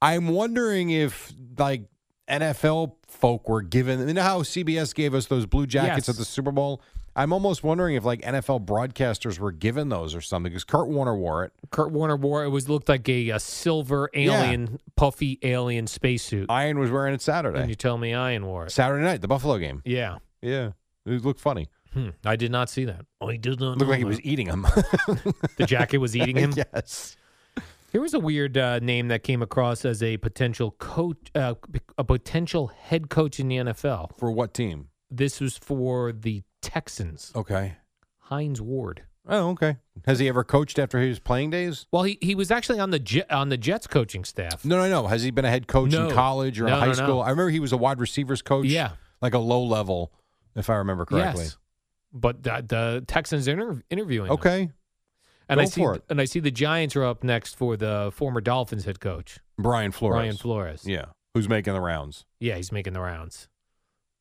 I'm wondering if like NFL folk were given. You know how CBS gave us those blue
Yes.
jackets at the Super Bowl. I'm almost wondering if like NFL broadcasters were given those or something because Kurt Warner wore it.
Kurt Warner wore it was looked like a, uh silver alien, puffy alien spacesuit.
Ian was wearing it
And
Saturday.
you tell me Ian wore it.
Saturday night, the Buffalo game.
Yeah.
Yeah, it looked funny.
Hmm. I did not see that. I Oh, did not.
Looked like he was eating him.
The jacket was eating him.
yes.
Here was a weird uh, name that came across as a potential coach, uh, a potential head coach in the NFL.
For what team?
This was for the Texans.
Okay.
Heinz Ward.
Oh, okay. Has he ever coached after his playing days?
Well, he, he was actually on the Je- on the Jets coaching staff.
No, no, no. Has he been a head coach
No.
in college or
No,
in high
no, no.
school? I remember he was a wide receivers coach.
Yeah.
Like a low level, if I remember correctly.
Yes, but the, the Texans are inter- interviewing. him.
Okay.
and
go
I see
for it.
and I see the Giants are up next for the former Dolphins head coach
Brian Flores.
Brian Flores.
Yeah. Who's making the rounds?
Yeah, he's making the rounds.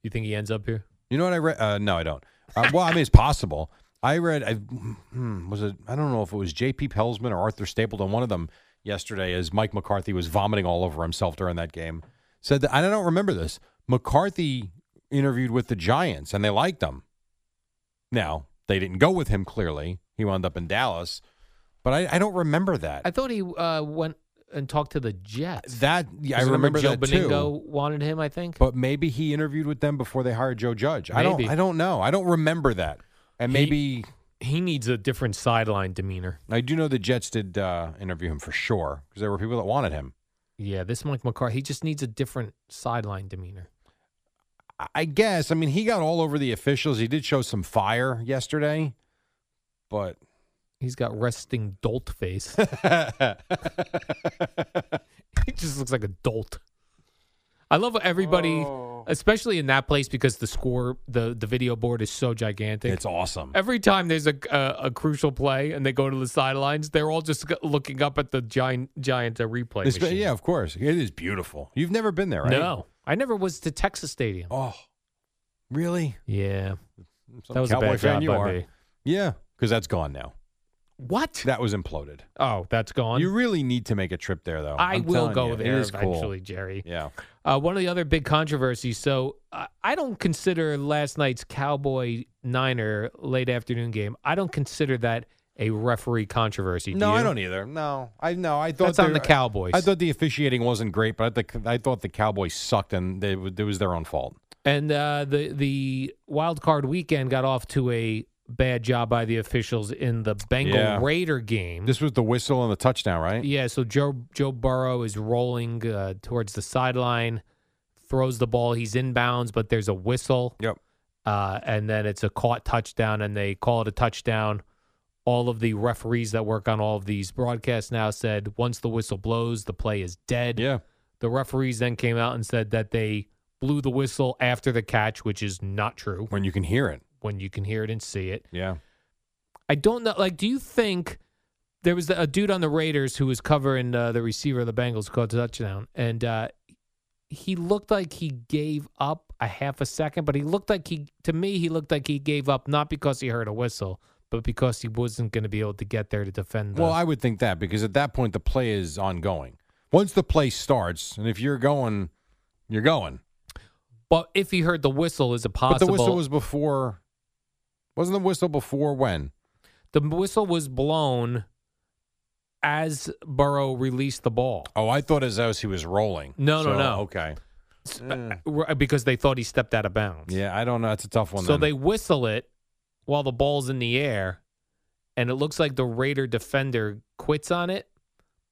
You think he ends up here?
You know what I read? Uh, no, I don't. Uh, well, I mean, it's possible. I read, I hmm, was it, I don't know if it was J.P. Pelsman or Arthur Stapleton, one of them yesterday, as Mike McCarthy was vomiting all over himself during that game, said that, and I don't remember this, McCarthy interviewed with the Giants and they liked him. Now, they didn't go with him clearly. He wound up in Dallas, but I, I don't remember that.
I thought he uh, went and talked to the Jets.
that, yeah, I
'Cause
remember,
Joe
that too.
Beningo wanted him. I think
But maybe he interviewed with them before they hired Joe Judge. I don't
Maybe.
I don't know. I don't remember that. And
He-
maybe
he needs a different sideline demeanor.
I do know the Jets did uh, interview him for sure because there were people that wanted him.
Yeah, this Mike McCarthy, he just needs a different sideline demeanor.
I- I guess. I mean, he got all over the officials. He did show some fire yesterday, but
He's got resting dolt face. he just looks like a dolt. I love everybody, especially in that place because the score, the the video board is so gigantic.
it's awesome.
Every time there's a, a a crucial play and they go to the sidelines, they're all just g- looking up at the giant giant uh, replay
It's-
machine.
yeah, of course. It is beautiful. You've never been there, right?
No, I never was to Texas Stadium.
Oh, really?
Yeah,
Some
that was
Cowboy
a bad
fan
job
you
by
are.
me.
Yeah, because that's gone now.
What?
That was imploded.
Oh, that's gone.
You really need to make a trip there, though.
I
I'm
will
telling
go
you,
there
it is cool.
eventually, Jerry.
Yeah.
Uh, one of the other big controversies. So I I don't consider last night's Cowboy Niner late afternoon game. I don't consider that a referee controversy. do
No, I
you?
don't either. No, I no, I thought
That's on
there-
the Cowboys.
I thought the officiating wasn't great, but I, think I thought the Cowboys sucked, and they, it was their own fault.
And uh, the the wild card weekend got off to a bad job by the officials in the Bengal
Yeah.
Raider game.
This was the whistle and the touchdown, right?
Yeah, so Joe Joe Burrow is rolling uh, towards the sideline, throws the ball. He's inbounds, but there's a whistle.
Yep.
Uh, and then it's a caught touchdown, and they call it a touchdown. All of the referees that work on all of these broadcasts now said once the whistle blows, the play is dead.
Yeah.
The referees then came out and said that they blew the whistle after the catch, which is not true
When you can hear it.
when you can hear it and see it.
Yeah.
I don't know. Like, do you think there was a dude on the Raiders who was covering uh, the receiver of the Bengals called touchdown, and uh, he looked like he gave up a half a second, but he looked like he, to me, he looked like he gave up not because he heard a whistle, but because he wasn't going to be able to get there to defend. The,
Well, I would think that because at that point the play is ongoing. Once the play starts, and if you're going, you're going.
But if he heard the whistle, is it
But
possible?
the whistle was before. Wasn't the whistle before when?
The whistle was blown as Burrow released the ball.
Oh, I thought as as he was rolling.
No, no,
So,
no.
Okay.
S-
Mm.
uh, r- Because they thought he stepped out of bounds.
Yeah, I don't know. That's a tough one.
So
then.
they whistle it while the ball's in the air, and it looks like the Raider defender quits on it,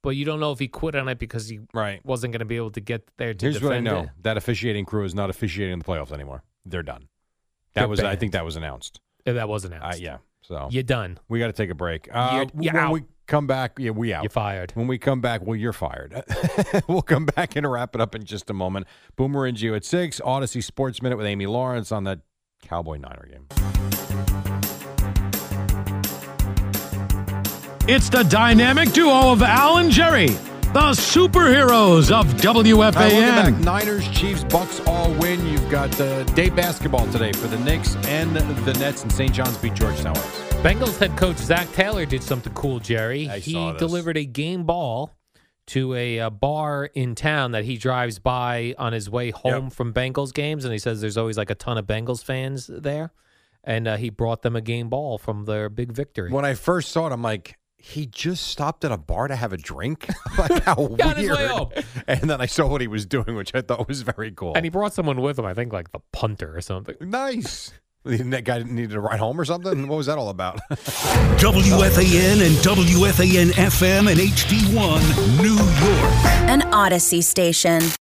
but you don't know if he quit on it because he
right.
wasn't going to be able to get there to
Here's what I
defend
know:
it.
that officiating crew is not officiating the playoffs anymore. They're done. That
They're
was. I
banned.
think that was announced.
If that wasn't announced.
yeah. So
You're done.
We got to take a break. Uh,
You're- you're
when
out.
we come back, yeah, we out. You're
fired.
When we come back, well, you're fired. we'll come back and wrap it up in just a moment. Boomer and Gio at six. Odyssey Sports Minute with Amy Lawrence on that Cowboy Niner game.
It's the dynamic duo of Al and Jerry, the superheroes of
All right, welcome back.
WFAN.
Niners, Chiefs, Bucks all win. You've got uh, day basketball today for the Knicks and the Nets, and St. John's beat Georgetown.
Bengals head coach Zach Taylor did something cool, Jerry.
I
he
saw this.
delivered a game ball to a, uh bar in town that he drives by on his way home from Bengals games, and he says there's always like a ton of Bengals fans there, and uh, he brought them a game ball from their big victory.
When I first saw it, I'm like, he just stopped at a bar to have a drink. like how weird!
On his way home.
And then I saw what he was doing, which I thought was very cool.
And he brought someone with him, I think, like the punter or something.
Nice. That guy needed a ride home or something. What was that all about?
WFAN and WFAN FM and HD1 New York.
An Odyssey station.